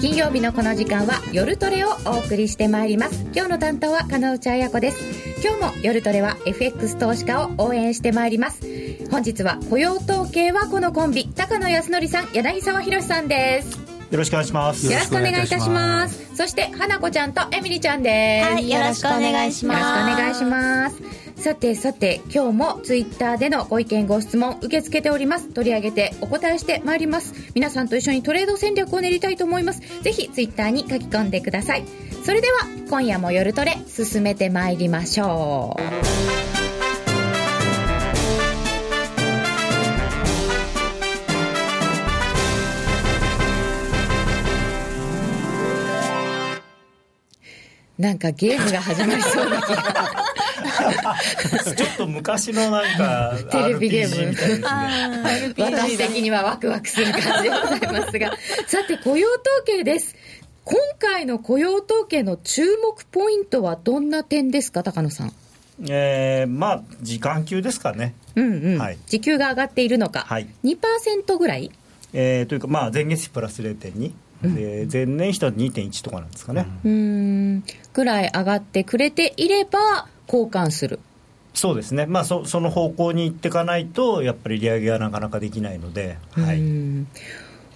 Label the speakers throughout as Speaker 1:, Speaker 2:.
Speaker 1: 金曜日のこの時間は夜トレをお送りしてまいります今日の担当は金内彩子です今日も夜トレは FX 投資家を応援してまいります本日は雇用統計はこのコンビ高野康則さん柳沢博さんです
Speaker 2: よろしくお願いします
Speaker 1: よろしくお願いいたしますそして花子ちゃんとエミリちゃんです
Speaker 3: はいよろしくお願いします
Speaker 1: よろしくお願いしますさてさて今日もツイッターでのご意見ご質問受け付けております取り上げてお答えしてまいります皆さんと一緒にトレード戦略を練りたいと思いますぜひツイッターに書き込んでくださいそれでは今夜も夜トレ進めてまいりましょうなんかゲームが始まりそうな気が
Speaker 2: ちょっと昔のなんか
Speaker 1: テレビゲーム
Speaker 2: みたいですね
Speaker 1: 私的にはワクワクする感じでございますが さて雇用統計です今回の雇用統計の注目ポイントはどんな点ですか高野さん
Speaker 2: えー、まあ時間給ですかね
Speaker 1: うんうん、はい、時給が上がっているのか、はい、2%ぐらい、
Speaker 2: えー、というかまあ前月比プラス0.2で前年比と2.1とかなんですかね
Speaker 1: うんぐらい上がってくれていれば交換する
Speaker 2: そうですね、まあ、そその方向に行っていかないとやっぱり利上げはなかなかできないので、はい、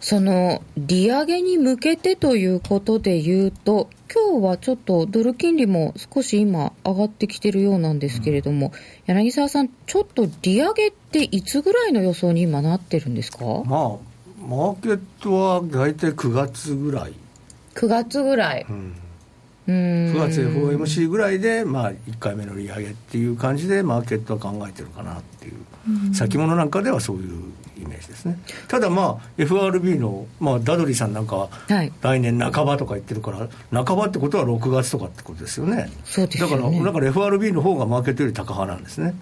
Speaker 1: その利上げに向けてということでいうと今日はちょっとドル金利も少し今上がってきてるようなんですけれども、うん、柳沢さんちょっと利上げっていつぐらいの予想に今なってるんですか、
Speaker 4: まあマーケットは大体9月ぐらい
Speaker 1: 9月ぐらい、うん、
Speaker 4: うん9月 FOMC ぐらいで、まあ、1回目の利上げっていう感じでマーケットは考えてるかなっていう、うん、先物なんかではそういうイメージですねただまあ FRB の、まあ、ダドリーさんなんかは、はい、来年半ばとか言ってるから、半ばってことは6月とかってことですよね
Speaker 1: そうです
Speaker 4: ねだからだから FRB の方がマーケットより高派なんですね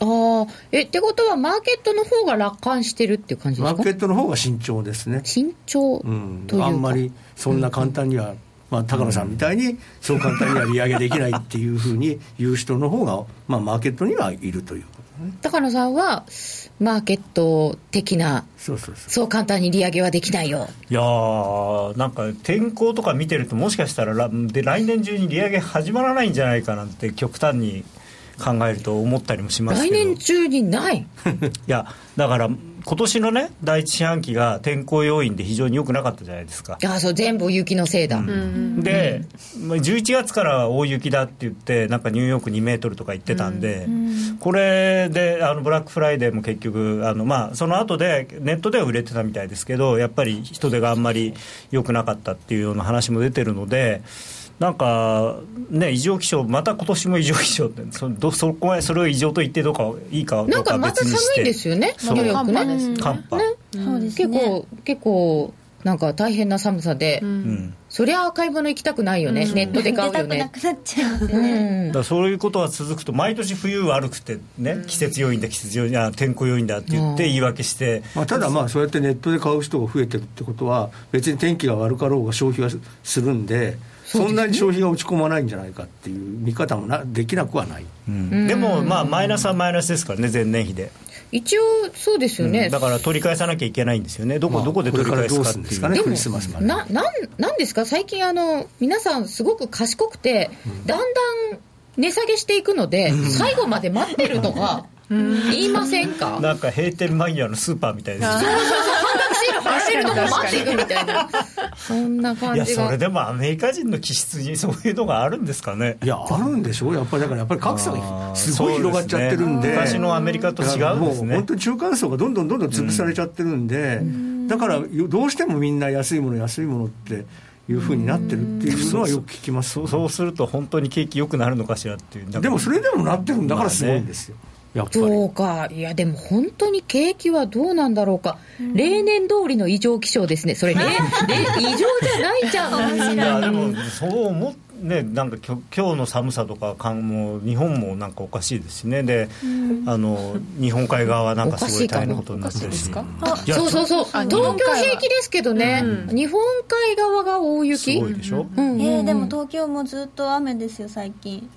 Speaker 1: あえってことは、マーケットの方が楽観してるっていう感じです
Speaker 4: かマーケットの方が慎重ですね。
Speaker 1: 慎重という
Speaker 4: か、うん、あんまりそんな簡単には、うん、まあ、高野さんみたいに、そう簡単には利上げできないっていうふうに言う人の方が、まあ、マーケットにはいるということね。
Speaker 1: 高野さんはマーケット的な、
Speaker 4: そうそうそう
Speaker 1: そう簡単に利上げはできないよ
Speaker 2: いやー、なんか天候とか見てると、もしかしたらで来年中に利上げ始まらないんじゃないかなんて、極端に考えると思ったりもします
Speaker 1: 来年中にない
Speaker 2: いやだから今年のね第一四半期が天候要因で非常に良くなかったじゃないですか、
Speaker 1: ああそう全部雪のせいだ、うん
Speaker 2: で、まあ、11月から大雪だって言ってなんかニューヨーク2メートルとか言ってたんで、うん、これであのブラックフライデーも結局あの、まあ、その後でネットでは売れてたみたいですけどやっぱり人手があんまり良くなかったっていうような話も出てるのでなんか、ね、異常気象、また今年も異常気象って、そどそこへそれを異常と言ってどうかいいか
Speaker 1: なんかまた寒いんですよね、ニューヨークね、
Speaker 2: 寒波、
Speaker 1: ねね、結構、結構、なんか大変な寒さで、うん、そりゃ買い物行きたくないよね、うん、ネットで買うよね。
Speaker 3: なくなっちゃいますよね、
Speaker 2: だそういうことが続くと、毎年冬悪くてね、季節要因だ、季節要因だ、天候要因だって言って、言い訳して、
Speaker 4: まあ、ただまあ、そうやってネットで買う人が増えてるってことは、別に天気が悪かろうが消費はするんで。そんなに消費が落ち込まないんじゃないかっていう見方もなできなくはない、
Speaker 2: うん、でも、まあ、マイナスはマイナスですからね、前年比で。
Speaker 1: 一応そうですよね、うん、
Speaker 2: だから取り返さなきゃいけないんですよね、どこ,、どこで取り返すかっていう、まあ、
Speaker 4: ね、
Speaker 2: ク
Speaker 4: リスマスま
Speaker 1: で。ななんなんですか、最近あの、皆さん、すごく賢くて、だんだん値下げしていくので、最後まで待ってるとか。言いませんか
Speaker 2: なんか閉店間際のスーパーみたいです、ね、
Speaker 1: そうそうそう半額シール貼ってるのも待っていくみたいなそんな感じが
Speaker 2: いやそれでもアメリカ人の気質にそういうのがあるんですかね
Speaker 4: いやあるんでしょうやっぱりだからやっぱり格差がすごい広がっちゃってるんで、ね、
Speaker 2: 昔のアメリカと違うんですね
Speaker 4: 本当に中間層がどんどんどんどん潰されちゃってるんで、うん、だからどうしてもみんな安いもの安いものっていうふうになってるっていうのはよく聞きます、
Speaker 2: ね、そうすると本当に景気よくなるのかしらっていう
Speaker 4: でもそれでもなってるんだからすごいんですよ、
Speaker 1: そうか、いや、でも本当に景気はどうなんだろうか、うん、例年通りの異常気象ですね、そ れね、異常じゃないじゃん、
Speaker 2: いやでも、そう思って。ね、なんかきょ今日の寒さとかも日本もなんかおかしいですしねで、あの日本海側はなんかすごい大変なことになってるし
Speaker 1: そうそうそう東京平気ですけどね、日本海側が大雪
Speaker 2: すごいでしょ、
Speaker 3: うえでも東京もずっと雨ですよ最近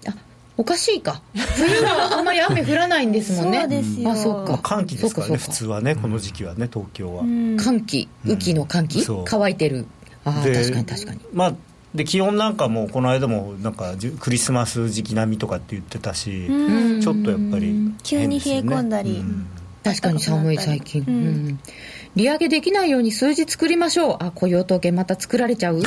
Speaker 1: おかしいか冬はあんまり雨降らないんですもんね
Speaker 3: あ
Speaker 1: そうか
Speaker 2: 寒気ですからね普通はねこの時期はね東京は、
Speaker 1: 寒気雨季の寒気、乾いてるあー
Speaker 2: で
Speaker 1: 確かに確かに
Speaker 2: まあで気温なんかもこの間もなんかじゅクリスマス時期並みとかって言ってたし、
Speaker 3: うん
Speaker 2: ちょっとやっぱり
Speaker 3: 急に冷え込んだり
Speaker 2: 変
Speaker 1: 確かに寒い最近、う
Speaker 3: うんん
Speaker 1: 利上げできないように数字作りましょうあ雇用統計また作られちゃう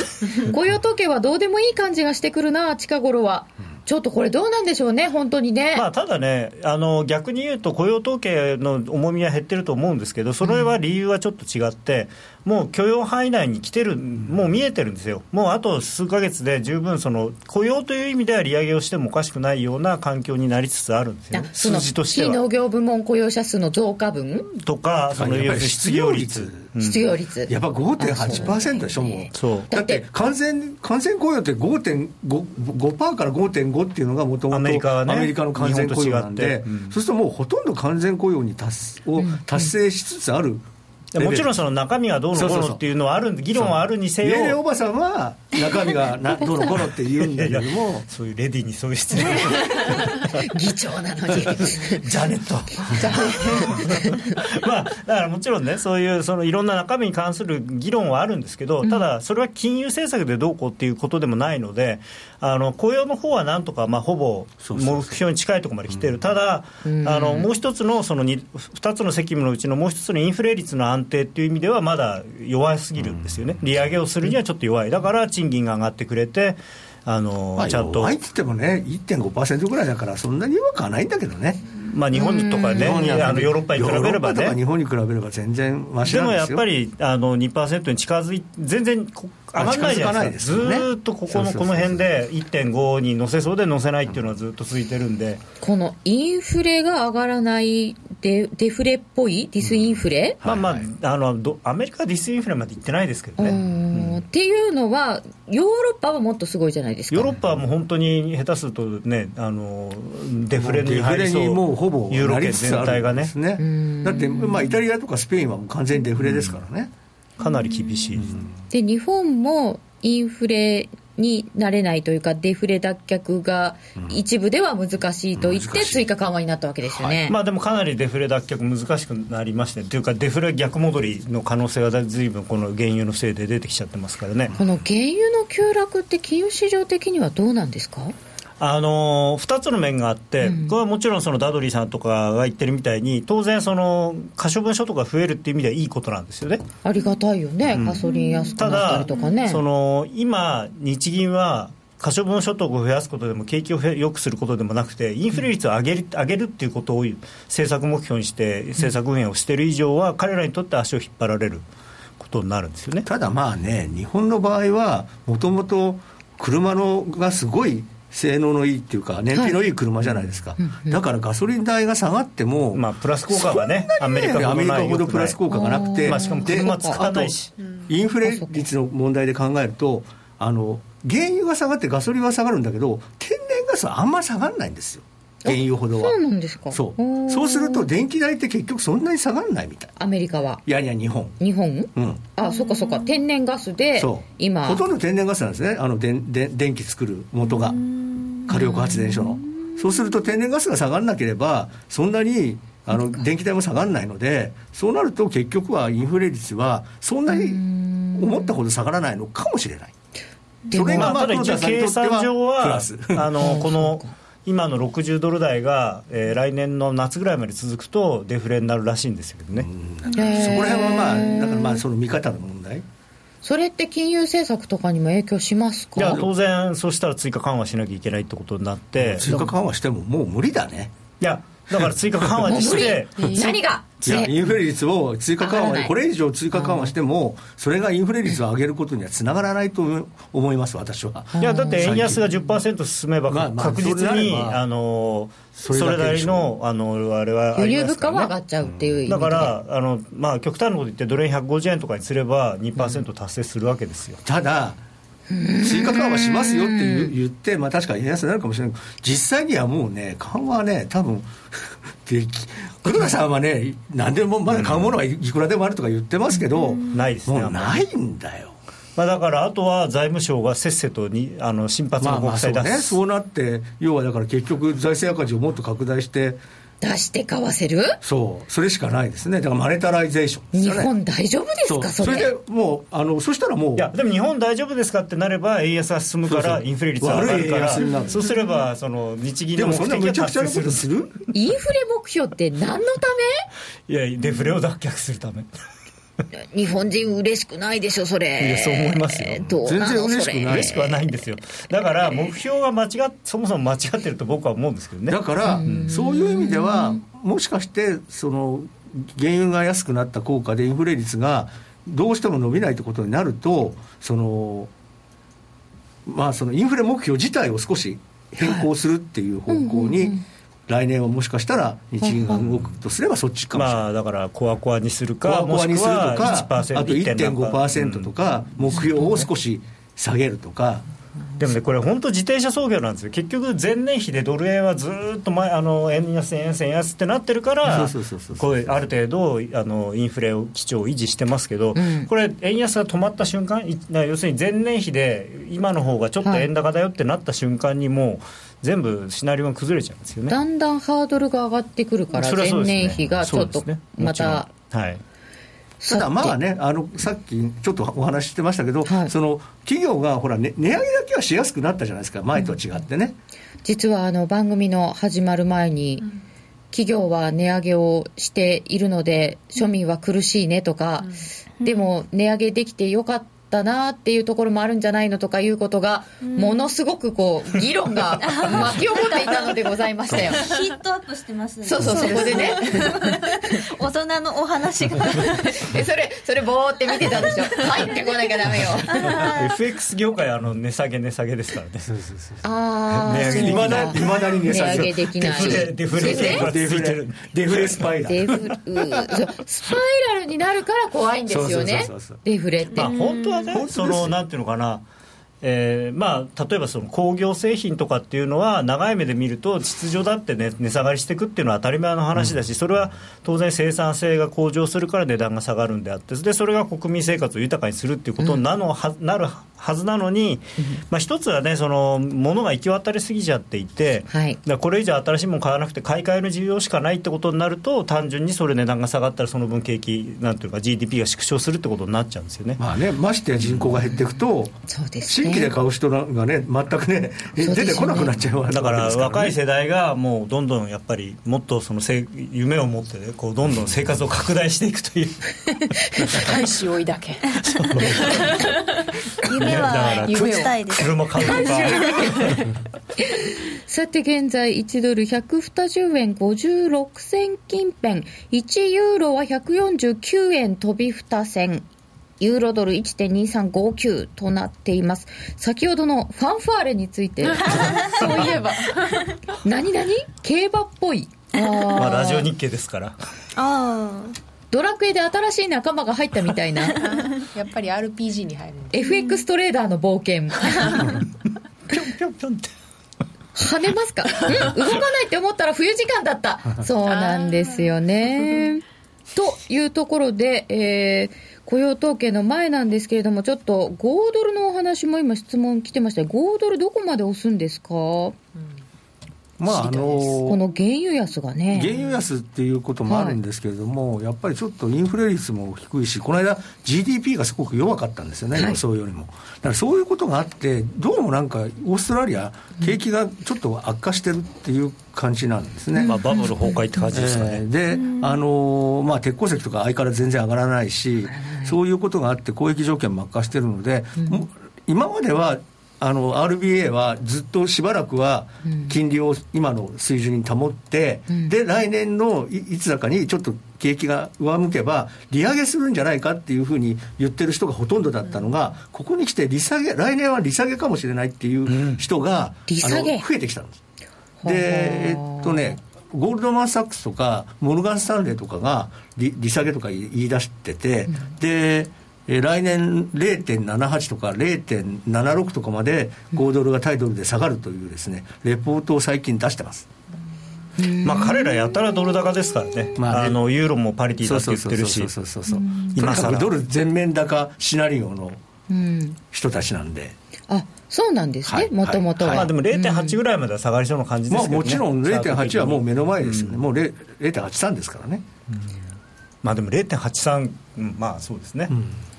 Speaker 1: 雇用統計はどうでもいい感じがしてくるな近頃はちょっとこれどうなんでしょうね本当にね、
Speaker 2: まあ、ただねあの、逆に言うと雇用統計の重みは減ってると思うんですけど、それは理由はちょっと違って、もう許容範囲内に来てる、もう見えてるんですよ、もうあと数ヶ月で十分その、雇用という意味では利上げをしてもおかしくないような環境になりつつあるんですよ
Speaker 1: あ
Speaker 2: ね、
Speaker 1: その
Speaker 2: 数字として
Speaker 1: 非農
Speaker 2: は。
Speaker 1: 業部門雇用者数の増加分、
Speaker 2: とか、その
Speaker 4: やっぱり
Speaker 2: 失業率。うん
Speaker 1: 失業率
Speaker 4: やっぱ
Speaker 1: あそう
Speaker 4: 5.8%でしょもう
Speaker 2: そう
Speaker 4: だって完全完全雇用って5.5%から5.5っていうのがもとも
Speaker 2: アメリカは
Speaker 4: と
Speaker 2: ね
Speaker 4: アメリカの完全雇用なん
Speaker 2: 日本と違っ
Speaker 4: で、
Speaker 2: てうん
Speaker 4: そうするともうほとんど完全雇用に達すを達成しつつあるレベル、
Speaker 2: もちろんその中身がどうのこうのっていうのはあるんで、議論はあるにせ
Speaker 4: イエレン
Speaker 2: よ
Speaker 4: お、ばさんは中身が などうのこうのって言うんだけども
Speaker 2: そういうレディーにそういう質問、
Speaker 1: 議長なのに
Speaker 2: ジャネット。
Speaker 1: じゃあ
Speaker 2: まあ、だからもちろんね、そういうそのいろんな中身に関する議論はあるんですけど、ただ、それは金融政策でどうこうっていうことでもないので、あの雇用の方はなんとか、まあ、ほぼ
Speaker 4: そうそうそう
Speaker 2: 目標に近いところまで来てる、ただ、
Speaker 1: ん
Speaker 2: あのもう一つのそのに2つの責務のうちのもう一つのインフレ率の安定っていう意味では、まだ弱すぎるんですよね、利上げをするにはちょっと弱い、だから賃金が上がってくれて、あの
Speaker 4: まあ
Speaker 2: ちゃんと、
Speaker 4: 弱いっつってもね1.5%ぐらいだからそんなに弱くはないんだけどね
Speaker 2: まあ、日本とかね、あのヨーロッパに比べれば
Speaker 4: ヨーロッパと
Speaker 2: ね
Speaker 4: か。日本に比べれば全然マシ
Speaker 2: で
Speaker 4: なん
Speaker 2: も
Speaker 4: で
Speaker 2: やっ
Speaker 4: すよ
Speaker 2: ぱりあの2%に近づい全然こ上がらないじゃないですか
Speaker 4: 近づかないですよね
Speaker 2: ずーっとここ
Speaker 4: そうそう
Speaker 2: の
Speaker 4: そう
Speaker 2: この辺で1.5に乗せそうで乗せないっていうのはずっと続いてるんで、
Speaker 1: このインフレが上がらないデデフレっぽいディスインフレ、
Speaker 2: まあま
Speaker 4: はいはい
Speaker 2: ああのどアメリカはディスインフレまで行ってないですけど
Speaker 1: う
Speaker 2: ね、
Speaker 1: んっていうのはヨーロッパはもっとすごいじゃないですか
Speaker 2: ヨーロッパはもう本当に下手するとねあのデフレに
Speaker 4: デフ
Speaker 2: 入り
Speaker 4: レ
Speaker 2: そう
Speaker 4: にもうほぼ
Speaker 2: ユーロ
Speaker 4: なり
Speaker 2: 圏
Speaker 4: つつあ
Speaker 2: 全
Speaker 4: る
Speaker 2: 体が
Speaker 4: んで
Speaker 2: ね
Speaker 4: すね
Speaker 1: ん
Speaker 4: だって、まあ、イタリアとかスペインはもう完全にデフレですからね、
Speaker 2: かなり厳しいです、
Speaker 1: で日本もインフレになれないというかデフレ脱却が一部では難しいと言っ
Speaker 4: 難
Speaker 1: て
Speaker 4: しい
Speaker 1: 追加緩和になったわけですよね、
Speaker 2: まあ、でもかなりデフレ脱却難しくなりましたねというかデフレ逆戻りの可能性がずいぶんこの原油のせいで出てきちゃってますからね、
Speaker 1: この原油の急落って金融市場的にはどうなんですか
Speaker 2: あの2つの面があって、
Speaker 1: うん
Speaker 2: これはもちろんそのダドリーさんとかが言ってるみたいに、当然、その可処分所得が増えるっていう意味ではいいことなんですよね。
Speaker 1: ありがたいよね、ガソリン安く
Speaker 2: た
Speaker 1: なったり
Speaker 2: だ
Speaker 1: とかね
Speaker 2: その今、日銀は可処分所得を増やすことでも景気を良くすることでもなくてインフレ率を上げる上げるっていうことを政策目標にして政策運営をしている以上は彼らにとって足を引っ張られることになるんですよね。
Speaker 4: ただまあね、日本の場合は、もともと車のがすごい性能のいいっていうか、燃費のいい車じゃないですか、だからガソリン代が下がっても、
Speaker 2: まあ、プラス効果がねア
Speaker 4: ア
Speaker 2: メリ
Speaker 4: メリ
Speaker 2: カほど
Speaker 4: カ
Speaker 2: ない
Speaker 4: ほどプラス効果がなくて、
Speaker 2: まあしかも車使わないし
Speaker 4: であとインフレ率の問題で考えると、あの原油が下がってガソリンは下がるんだけど、天然ガスはあんま下がらないんですよ、原油ほどは。
Speaker 1: そうなんですか
Speaker 4: そ
Speaker 1: おー
Speaker 4: うそうすると、電気代って結局そんなに下がらないみたい。
Speaker 1: アメリカはい
Speaker 4: やいや、日本。
Speaker 1: 日本
Speaker 4: うん
Speaker 1: あそっかそっか天然ガスで
Speaker 4: そう
Speaker 1: 今
Speaker 4: ほとんど天然ガスなんですねあのでで電気作る元が火力発電所のそうすると天然ガスが下がらなければそんなにあの電気代も下がらないのでそうなると結局はインフレ率はそんなに思ったほど下がらないのかもしれない
Speaker 1: で
Speaker 4: そ
Speaker 1: も
Speaker 4: れが
Speaker 2: ま
Speaker 4: ま
Speaker 2: あ、
Speaker 4: あ
Speaker 2: ただ一応
Speaker 4: 黒田さんに
Speaker 2: 計
Speaker 4: とって
Speaker 2: 算
Speaker 4: は
Speaker 2: 上
Speaker 4: プ
Speaker 2: は
Speaker 4: ラス
Speaker 2: あのこの今の60ドル台が、えー来年の夏ぐらいまで続くとデフレになるらしいんですけどね、
Speaker 1: へー
Speaker 4: そこら辺はまあだからまあその見方の問題
Speaker 1: それって金融政策とかにも影響します
Speaker 2: い
Speaker 1: か
Speaker 2: や当然そうしたら追加緩和しなきゃいけないってことになって
Speaker 4: 追加緩和してももう無理だね
Speaker 2: いやだから追加緩和
Speaker 1: もう
Speaker 2: にし
Speaker 1: 無
Speaker 2: て
Speaker 1: 理何が
Speaker 4: いや
Speaker 1: ね
Speaker 4: インフレ率を追加緩
Speaker 1: 上がら
Speaker 4: 和
Speaker 1: ない
Speaker 4: これ以上追加緩和しても、それがインフレ率を上げることにはつながらないと思思います、私は。
Speaker 2: いやだって円安が10%進めば
Speaker 4: まあまあ
Speaker 2: 確実
Speaker 4: それ
Speaker 2: に、
Speaker 4: ならば
Speaker 2: あのそ
Speaker 4: そ
Speaker 2: れ
Speaker 4: れだけ
Speaker 2: な
Speaker 4: で
Speaker 2: り
Speaker 4: しょう
Speaker 2: のあのあれはあ
Speaker 1: 輸
Speaker 2: り
Speaker 1: 入
Speaker 2: ま
Speaker 1: 物
Speaker 2: すか
Speaker 1: 価は
Speaker 2: ら
Speaker 1: 上が
Speaker 2: ね
Speaker 1: っちゃうっていう意味で
Speaker 2: だからあの、まあ、極端なこと言ってドル円150円とかにすれば2%達成するわけですよ、
Speaker 4: ただ、追加緩和しますよって言う言って、まあ、確かに円安になるかもしれないけど実際にはもうね、緩和はね、多分 でき黒田さんはね、何でもまだ買うものはいいくらでもあるとか言ってますけど、
Speaker 2: ないですね
Speaker 4: もうないんだよ。
Speaker 2: まあ、だからあとは財務省がせっせとにあの新発
Speaker 4: ま
Speaker 2: の
Speaker 4: あま
Speaker 2: 国
Speaker 4: あそう
Speaker 2: 債出
Speaker 4: ね、
Speaker 2: す、
Speaker 4: そうなって、要はだから結局、財政赤字をもっと拡大して、
Speaker 1: 出して買わせる
Speaker 4: そうそれしかないですねだからマネタライゼーションです
Speaker 1: 日
Speaker 4: よね
Speaker 1: 本大丈夫ですか
Speaker 4: そ
Speaker 1: そ
Speaker 4: うそ
Speaker 1: れ
Speaker 4: れでもうあのそしたらもう
Speaker 2: いやでも日本大丈夫ですかってなれば円安が進むか
Speaker 4: そう
Speaker 2: ら
Speaker 4: そう
Speaker 2: インフレ率が上がるか
Speaker 4: 悪い円安にな
Speaker 2: ら
Speaker 4: る
Speaker 2: そうすればその日銀
Speaker 4: で
Speaker 2: の
Speaker 4: も
Speaker 2: 目
Speaker 4: そんな
Speaker 2: 的
Speaker 4: む
Speaker 2: が
Speaker 4: ちゃくちゃ
Speaker 2: 達
Speaker 4: な
Speaker 2: 成
Speaker 4: こ
Speaker 2: す
Speaker 4: と
Speaker 2: る
Speaker 4: する
Speaker 1: インフレ目標って何の
Speaker 2: いやデフレを脱却するた
Speaker 1: た
Speaker 2: め
Speaker 1: め日本人嬉しくないでしょそれ
Speaker 2: いやそう思いますよ
Speaker 1: どうなの
Speaker 4: 全然嬉し
Speaker 1: そ
Speaker 4: く
Speaker 1: れ
Speaker 4: ない
Speaker 2: 嬉しくはないんですよだから目標が間違っそもそも間違ってると僕は思うんですけどね
Speaker 4: だからそういう意味ではもしかしてその原油が安くなった効果でインフレ率がどうしても伸びないってことになるとそのまあそのインフレ目標自体を少し変更するっていう方向に来年はもしかしたら日銀が動くとすればそっちかもしれない。
Speaker 2: まあだからコアコアにする
Speaker 4: コア
Speaker 2: か
Speaker 4: コアにするとか
Speaker 2: も
Speaker 4: あ
Speaker 2: し
Speaker 4: と
Speaker 2: くは1%う
Speaker 4: 1.5%
Speaker 2: ん
Speaker 4: とか目標を少し下げるとか
Speaker 2: でもね、これ、本当、自転車操業なんですよ、結局、前年比でドル円はずーっと前あの円安、円安、円安ってなってるから、
Speaker 4: そうそうそうそう
Speaker 2: こういうある程度あの、インフレを基調を維持してますけど、
Speaker 1: うん
Speaker 2: これ、円安が止まった瞬間、い要するに前年比で、今の方がちょっと円高だよってなった瞬間に、もう全部シナリオが崩れちゃうんですよね。
Speaker 1: だんだんハードルが上がってくるから
Speaker 2: それは
Speaker 1: 前
Speaker 2: そうですね
Speaker 1: 年比がちょっ
Speaker 2: そ
Speaker 1: と
Speaker 2: うですね
Speaker 1: ま
Speaker 2: もちろん
Speaker 1: た
Speaker 2: はい
Speaker 4: ただまあ
Speaker 1: ね
Speaker 4: ねあのさっきちょっとお話ししてましたけど、
Speaker 1: はい
Speaker 4: その企業がほら、ね、値上げだけはしやすくなったじゃないですか前とは違ってね、
Speaker 1: 実はあの番組の始まる前に、企業は値上げをしているので庶民は苦しいねとか、でも値上げできてよかったなっていうところもあるんじゃないのとかいうことが、ものすごくこう議論 が巻き起こっていたのでございましたよ。
Speaker 3: ヒートアップしてますね
Speaker 1: そうそうそこでね
Speaker 3: 大人のお話が
Speaker 1: えそれそれぼーって見てたんでしょ入ってこなきゃダメよ
Speaker 2: FX 業界はあの値下げ値下げですからね、
Speaker 1: ああ
Speaker 2: 値上げできない
Speaker 4: まだに値
Speaker 1: 値
Speaker 4: 下げ
Speaker 1: 上げできない
Speaker 2: デフレデフレ
Speaker 1: デフレ
Speaker 4: デフレデフレスパイラ
Speaker 1: デ
Speaker 4: ル
Speaker 1: フうーそうスパイラルになるから怖いんですよね
Speaker 4: そうそうそうそう
Speaker 1: デフレって、
Speaker 2: まあ、本当はね、そのなんていうのかな、えーまあ、例えばその工業製品とかっていうのは、長い目で見ると、秩序だって、ね、値下がりしていくっていうのは当たり前の話だし、それは当然、生産性が向上するから値段が下がるんであって、でそれが国民生活を豊かにするっていうことになのは、なるはずなのに、まあ、一つはね、その物が行き渡りすぎちゃっていて、
Speaker 1: はい
Speaker 2: だからこれ以上新しいもの買わなくて買い替えの需要しかないってことになると単純にそれ値段が下がったらその分景気なんていうか GDP が縮小するってことになっちゃうんですよね。
Speaker 4: まあねましてや人口が減っていくと、
Speaker 1: そうですね
Speaker 4: 新規で買う人がね全くね
Speaker 1: すよね
Speaker 4: 出てこなくなっちゃうわけです
Speaker 2: だ
Speaker 4: か、
Speaker 2: からら
Speaker 4: ね、
Speaker 2: 若い世代がもうどんどんやっぱりもっとそのせい夢を持ってねこうどんどん生活を拡大していくという
Speaker 1: 大志追いだけ
Speaker 3: 夢は
Speaker 1: 夢を
Speaker 3: 持ちたいです
Speaker 2: 車買うとか
Speaker 1: さて現在1ドル120円56銭近辺1ユーロは149円飛び2銭ユーロドル1.2359となっています先ほどのファンファーレについて そういえば 何々競馬っぽいあー
Speaker 2: まあラジオ日経ですから
Speaker 3: あ
Speaker 1: ドラクエで新しい仲間が入ったみたい な
Speaker 5: やっぱり RPG に入るんで
Speaker 1: FX トレーダーの冒険
Speaker 2: ぴょんぴょんぴょんって
Speaker 1: 跳ねますか、うん、動かないって思ったら冬時間だ ったそうなんですよねというところで、えー雇用統計の前なんですけれどもちょっと5ドルのお話も今質問来てました5ドルどこまで押すんですかこ
Speaker 4: まああの
Speaker 1: の原油安がね
Speaker 4: 原油安っていうこともあるんですけれども、やっぱりちょっとインフレ率も低いし、この間、GDP がすごく弱かったんですよね、
Speaker 1: はい
Speaker 4: 予想よりも。だからそういうことがあって、どうもなんか、オーストラリア、景気がちょっと悪化してるっていう感じなんですね。
Speaker 2: まあバブル崩壊って感じですか
Speaker 4: え
Speaker 2: ね
Speaker 4: ーで、あのーまあ、鉄鉱石とか相変わらず全然上がらないし、そういうことがあって、交易条件も悪化してるので、もう今までは、あの RBA はずっとしばらくは金利を今の水準に保って、で来年のいいつだかにちょっと景気が上向けば利上げするんじゃないかっていうふうに言ってる人がほとんどだったのが、ここに来て利下げ来年は利下げかもしれないっていう人が、
Speaker 1: 利下げ
Speaker 4: あの増えてきたんです。
Speaker 1: ほう
Speaker 4: で、えっとね、ゴールドマン・サックスとか、モルガン・スタンレーとかが利利下げとか言い言い出してて、で、えー来年0.78とか0.76とかまで5ドルが対ドルで下がるというですね、レポートを最近出してます。
Speaker 2: まあ彼らやたらドル高ですからね,、
Speaker 4: まあね
Speaker 2: あのユーロもパリティだって言ってるし
Speaker 4: そうそうそうそうそう。とに
Speaker 2: 今
Speaker 4: か
Speaker 2: 更
Speaker 4: くドル全面高シナリオの人たちなんで。
Speaker 1: あそうなんですね、もともとは。
Speaker 2: まあでも0.8
Speaker 1: うん
Speaker 2: ぐらいまでは下がりそうな感じで
Speaker 4: ますあ、
Speaker 2: けど、ね
Speaker 4: もちろん0.8はもう目の前ですよね、
Speaker 2: うん
Speaker 4: もう0 0.83ですからね、
Speaker 2: まあでも0.83、うんまあそうですね、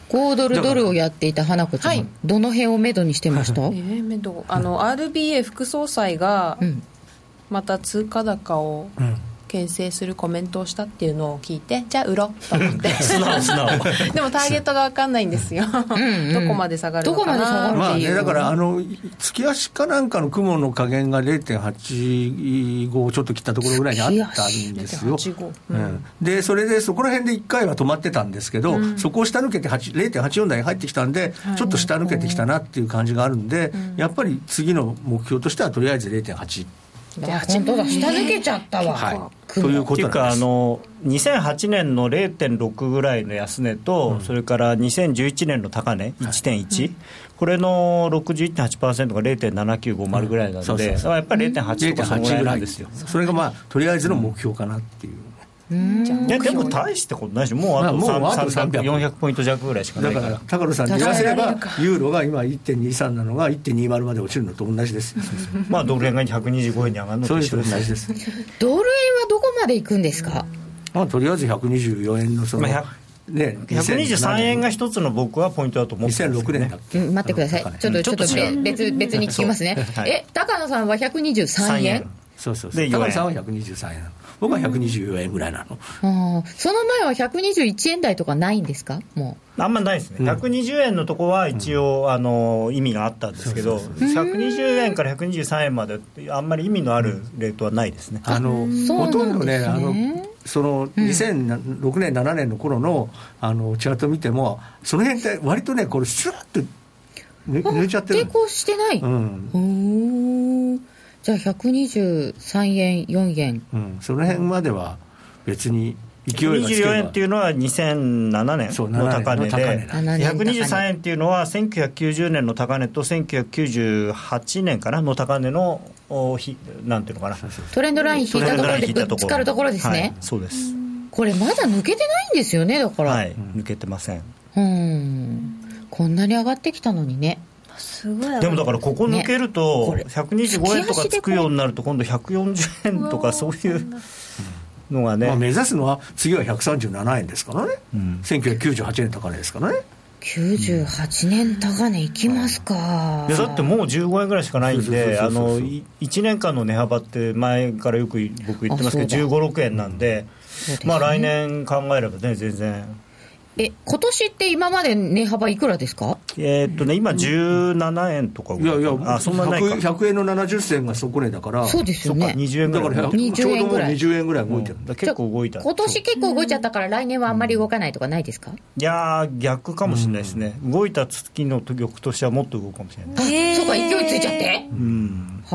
Speaker 1: 5ドルドルをやっていた花子ちゃんは
Speaker 5: はい
Speaker 1: どの辺をめどにしてました、
Speaker 5: えーめどあの RBA 副総裁が
Speaker 1: うん、
Speaker 5: また通貨高を
Speaker 4: うん
Speaker 5: 牽制するコメントをしたっていうのを聞いてじゃあ売ろうと 思って
Speaker 2: 素直、素直、
Speaker 5: でもターゲットが分かんないんですよ
Speaker 1: んうん
Speaker 5: どこまで下がるのか
Speaker 1: どこま
Speaker 5: な
Speaker 1: で下がる
Speaker 4: まあ
Speaker 1: ってい
Speaker 4: ね、
Speaker 1: う
Speaker 4: だからあの月足かなんかの雲の加減が0.85をちょっと切ったところぐらいにあったんですよ。
Speaker 5: 0.85
Speaker 4: うんでそれでそこら辺で1回は止まってたんですけど、そこを下抜けて8 0.84台に入ってきたんで、
Speaker 5: はい
Speaker 4: ちょっと下抜けてきたなっていう感じがあるんで、やっぱり次の目標としてはとりあえず0.8、
Speaker 1: あ本当だ下抜けちゃったわ、
Speaker 4: はい、
Speaker 1: 雲
Speaker 4: という
Speaker 2: っ
Speaker 4: こ
Speaker 2: てい
Speaker 4: と
Speaker 2: うか
Speaker 4: なん
Speaker 2: あ
Speaker 4: です。
Speaker 2: の2008年の0.6ぐらいの安値と、それから2011年の高値1.1、これの61.8%が0.7950ぐらいな
Speaker 4: そ
Speaker 2: の
Speaker 4: うそう
Speaker 2: で、
Speaker 4: そう
Speaker 2: だからやっぱり0.8とかそのぐら
Speaker 4: 0.8
Speaker 2: い
Speaker 4: ぐ
Speaker 2: な
Speaker 4: ら
Speaker 2: ん
Speaker 4: い
Speaker 2: で
Speaker 4: ですす
Speaker 2: よ
Speaker 4: よ。それがまあとりあえずの目標かなっていう。
Speaker 2: いやでも大してことないでしょもうあと
Speaker 4: まあもうあと
Speaker 2: 300
Speaker 4: 300
Speaker 2: 400ポイント弱ぐらいしかな
Speaker 4: だ
Speaker 2: いか
Speaker 4: からら高野さんに言わせればユーロが今1.23なのが1.20まで落ちるのと同じですよ
Speaker 2: まあドル円が125円に上がるの
Speaker 4: そう
Speaker 2: と
Speaker 4: いう
Speaker 2: 一緒で
Speaker 4: 人と同
Speaker 2: す
Speaker 4: じです
Speaker 1: ドル円はどこまで行くんですか、
Speaker 4: まあとりあえず124円のその
Speaker 2: まあ
Speaker 4: ね
Speaker 2: 123円が一つの僕はポイントだと思ってるんですけ
Speaker 4: 2006
Speaker 2: どね
Speaker 4: 年だっけ
Speaker 1: うん、待ってください
Speaker 4: あの高値
Speaker 1: ちょっとちょっと
Speaker 2: ちょっと違う
Speaker 1: 別別に聞きますね、
Speaker 2: はい
Speaker 1: え高野さんは123
Speaker 2: 3
Speaker 1: 円
Speaker 2: 円
Speaker 4: そうそう
Speaker 2: で
Speaker 4: そ
Speaker 2: 4円
Speaker 4: う高野さんは123円なの僕は124円ぐらいなの
Speaker 1: あーその前は121円台とかないんですかも
Speaker 2: あんまないですね、
Speaker 4: うん
Speaker 2: 120円のとこは一応、あの意味があったんですけど、120円から123円まで、あんまり意味のあるレートはないですね。
Speaker 4: あの
Speaker 1: そうなん
Speaker 4: ほとんどね
Speaker 1: ですね
Speaker 4: あのその2006年7年の頃のあのチャート見てもその辺って割とねこれスラッと抜
Speaker 1: うあ
Speaker 4: 抜いちゃってる
Speaker 1: 抵抗してない、
Speaker 4: う
Speaker 1: うんーんじゃあ123円4円
Speaker 4: うん、その辺までは別に勢いがつけば
Speaker 2: 124円っていうのは2007
Speaker 4: そう
Speaker 2: 年の高値
Speaker 4: 7年
Speaker 2: で
Speaker 4: の
Speaker 1: 高値だ
Speaker 2: 123円っていうのは1990年の高値と1998年かなの高値のおひなんていうのかな
Speaker 1: トレンドライン引いたところで
Speaker 2: 引い
Speaker 1: ぶ
Speaker 2: た
Speaker 1: っつかるところですね、
Speaker 2: はいそうです
Speaker 1: これまだ抜けてないんですよねだから、
Speaker 2: はい抜けてません
Speaker 1: うんこんなに上がってきたのにね
Speaker 3: すごい上がる
Speaker 2: でもだからここ抜ける
Speaker 1: ね
Speaker 2: と
Speaker 1: これ
Speaker 2: 125円とかつくようになると今度140円とかそういうのが
Speaker 4: まあ、
Speaker 2: ね
Speaker 4: 目指すのは次は137円ですからね、1998年高値ですからね
Speaker 1: 98年高値いきますか、
Speaker 2: いやだってもう15円ぐらいしかないんで
Speaker 4: そ
Speaker 2: あ
Speaker 4: うそうそうそう
Speaker 2: のい1年間の値幅って前からよく僕言ってますけ
Speaker 1: あそうだ
Speaker 2: ど1 5 6円なんで
Speaker 1: そうですね
Speaker 2: まあ来年考えればね全然
Speaker 1: え今年って今まで値幅いくらですか
Speaker 2: えーっとね今17円とか
Speaker 4: い
Speaker 2: ぐら
Speaker 4: や
Speaker 2: い
Speaker 4: いや
Speaker 2: あそんなないか
Speaker 4: 100, 100円の70銭が底値だから
Speaker 1: そうですよ
Speaker 2: そっか
Speaker 1: ね
Speaker 2: 20円ぐ
Speaker 4: だ
Speaker 2: ら
Speaker 4: か
Speaker 2: い
Speaker 4: ら
Speaker 2: 動いて
Speaker 1: 20
Speaker 2: る
Speaker 4: 100ちょうどもう
Speaker 1: ぐらい
Speaker 4: 20円ぐらい動いてる、
Speaker 2: うんだから結構動いた
Speaker 1: 今年結構動いちゃったから来年はあんまり動かないとかないですか、
Speaker 2: いやー逆かもしれないですね動いた月の翌年はもっと動くかもしれない
Speaker 1: あ
Speaker 3: へー
Speaker 1: そうか勢いついちゃって
Speaker 2: うん
Speaker 1: は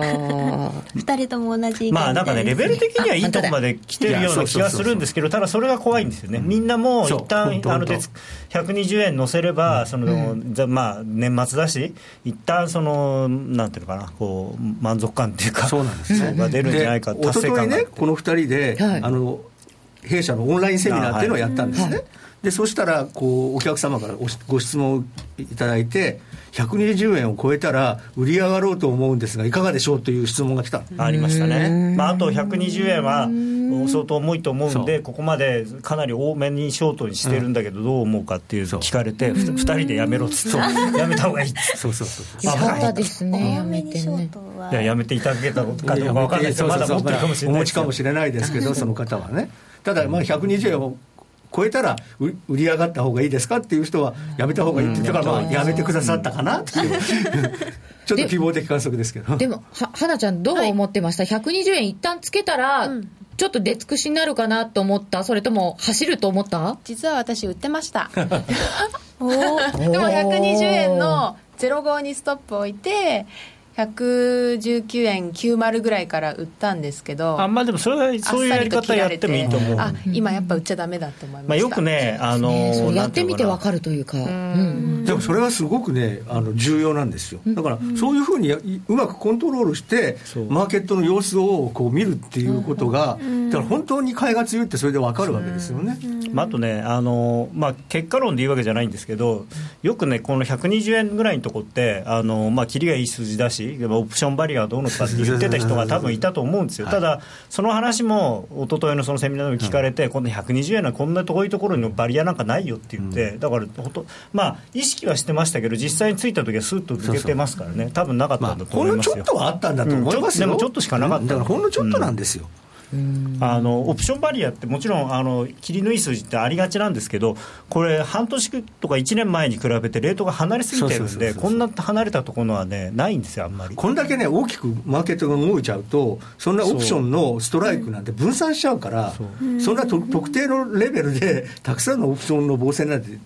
Speaker 1: っはー
Speaker 3: 二人とも同じ意見みたいですね
Speaker 2: まあなんかね、レベル的にはいいとこまで来てるような気がするんですけど、ただそれが怖いんですよね、みんなもう
Speaker 4: そう
Speaker 2: 一旦
Speaker 4: 本当
Speaker 2: あの
Speaker 4: 本当
Speaker 2: 鉄120円乗せれば、そのざまあ、年末だし、一旦そのなんていうのかな、こう満足感っていうか、
Speaker 4: そうなんですね
Speaker 2: そうが出るんじゃないか、
Speaker 4: で一
Speaker 2: 達成
Speaker 4: 昨
Speaker 2: 感
Speaker 4: 日
Speaker 2: が
Speaker 4: ね。この2人で、
Speaker 1: はい
Speaker 4: あの弊社のオンラインセミナーっていうのをやったんですね、でそしたらこうお客様からおしご質問いただいて120円を超えたら売り上がろうと思うんですがいかがでしょうという質問が来たの
Speaker 2: ありましたね、まあ、あと120円は相当重いと思うんで、ここまでかなり多めにショートにしてるんだけど、どう思うかっていう
Speaker 4: そう
Speaker 2: 聞かれて、2人でやめろっつって、やめた方がいいっつって
Speaker 4: そうそうそう
Speaker 1: よかったですねや
Speaker 3: 早
Speaker 1: め
Speaker 3: めに
Speaker 1: て
Speaker 3: ショー
Speaker 1: ね
Speaker 3: トはい
Speaker 2: ややめていただけたことかどうか分かんないですけど、まだ持ってるかもしれない
Speaker 4: お
Speaker 2: で
Speaker 4: 持
Speaker 2: すけ
Speaker 4: ち
Speaker 2: ど
Speaker 4: かもしれないですけど、その方はね。ただ、まあ、120円を超えたら、う売り上がった方がいいですかっていう人は、やめた方がいいって言ったから、まあ、やめてくださったかなって いう、ちょっと希望的観測ですけど。
Speaker 1: でもは花ちゃんどう思ってました、120円一旦つけたら、ちょっと出尽くしになるかなと思ったそれとも走ると思った
Speaker 5: 実は私売ってました でも
Speaker 3: おー
Speaker 5: 120円の05にストップ置いて119円90ぐらいから売ったんですけど
Speaker 2: あんまあでもそれはそういうやり方やってもいいと思う、
Speaker 5: あっさり切られてあ今やっぱ売っちゃダメだと思いました、
Speaker 2: まあ、よくねあの
Speaker 1: ねそうや
Speaker 2: な
Speaker 1: っ
Speaker 2: んい
Speaker 1: て
Speaker 2: う
Speaker 1: み
Speaker 2: の
Speaker 1: て
Speaker 2: な
Speaker 1: わかるというか、うん
Speaker 4: でもそれはすごくねあの重要なんですよだからそういうふうにやいうまくコントロールして
Speaker 2: そう
Speaker 4: マーケットの様子をこう見るっていうことがだから本当に買いが強いってそれで分かるわけですよね
Speaker 2: まあ、あとねあの、まあ、結果論で言うわけじゃないんですけどよくねこの120円ぐらいのとこってあの、まあ、切りがいい数字だしでもオプションバリアがどうのと かって言ってた人が多分いたと思うんですよただその話も一昨日のそのセミナーでも聞かれて、こんな120円はこんな遠いところにバリアなんかないよって言って、だからほとまあ意識はしてましたけど実際に着いた時はスーッと抜けてますからね多分なかった
Speaker 4: ま
Speaker 2: ん
Speaker 4: あ
Speaker 2: だと
Speaker 4: ほ
Speaker 2: 思
Speaker 4: ん
Speaker 2: い
Speaker 4: の
Speaker 2: ま
Speaker 4: ち
Speaker 2: すよ、
Speaker 4: ょっとはあったんだと思いますよ、
Speaker 2: うんちょっとでもちょっとしかなかった
Speaker 4: うんだからほんのちょっとなんですよ、
Speaker 2: あのオプションバリアってもちろんあの切りのいい数字ってありがちなんですけどこれ半年とか1年前に比べてレートが離れすぎてるん
Speaker 4: そうそうそう
Speaker 2: で
Speaker 4: そう
Speaker 2: こんな離れたところはねないんですよあんまり
Speaker 4: こんだけね大きくマーケットが動いちゃうとそんなオプションのストライクなんて分散しちゃうから
Speaker 2: そう
Speaker 4: そんなと特定のレベルで たくさんのオプションの防線なんて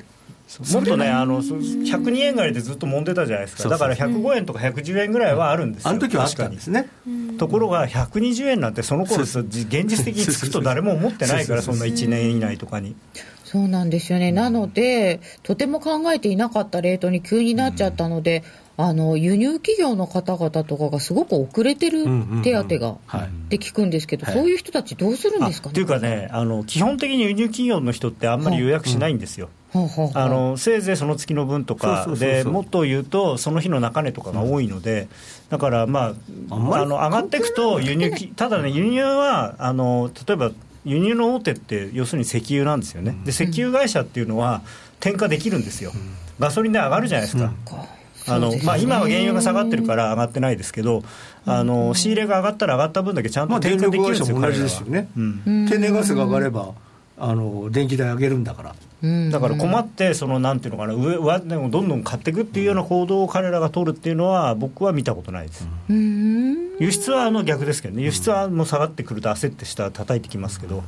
Speaker 2: もっとねあのそ102円ぐらいでずっと揉んでたじゃないです
Speaker 4: そ
Speaker 2: か
Speaker 4: うそ
Speaker 2: だ
Speaker 4: う
Speaker 2: から105円とか110円ぐらいはあるんですよ
Speaker 4: あの時はあったんですね
Speaker 2: 確かにところが120円なんてその頃
Speaker 4: そ
Speaker 2: 現実的につくと誰も思ってないから
Speaker 4: そ
Speaker 2: そう
Speaker 4: そ
Speaker 2: んな1年以内とかに
Speaker 1: そうなんですよね、なので、とても考えていなかったレートに急になっちゃったので、あの輸入企業の方々とかがすごく遅れてる
Speaker 4: んうんうん
Speaker 1: 手当が、
Speaker 4: はい
Speaker 1: って聞くんですけど、
Speaker 4: はい
Speaker 1: そういう人たち、どうするんですか
Speaker 2: あ
Speaker 1: ね。
Speaker 2: っていうかねあの基本的に輸入企業の人ってあんまり予約しないんですよ、
Speaker 1: はあはあはあ
Speaker 2: あのせいぜいその月の分とか
Speaker 4: そうそうそうそう
Speaker 2: でもっと言うとその日の中値とかが多いのでだからまあ
Speaker 4: あんまり
Speaker 2: あの上がっていくと輸入きただね輸入はあの例えば輸入の大手って要するに石油なんですよねで石油会社っていうのは転嫁できるんですよガソリンで上がるじゃないですか。あのまあ、今は原油が下がってるから上がってないですけど、あの仕入れが上がったら上がった分だけちゃんと
Speaker 4: まあ、
Speaker 2: 転
Speaker 4: 電
Speaker 2: 嫁で
Speaker 4: 力
Speaker 2: きるん
Speaker 4: 会
Speaker 2: です
Speaker 4: 社
Speaker 2: よ、
Speaker 4: も
Speaker 2: 彼ら
Speaker 4: 同じで
Speaker 2: は
Speaker 4: すよね、
Speaker 2: うん
Speaker 4: 天然ガスが上がればあの電気代上げるんだから
Speaker 1: うん
Speaker 2: だから困って、そのなんていうのかな、上上値をどんどん買っていくっていうような行動を彼らが取るっていうのは、僕は見たことないです、
Speaker 1: うん
Speaker 2: 輸出はあの逆ですけどね、輸出はもう下がってくると、焦って下、叩いてきますけど、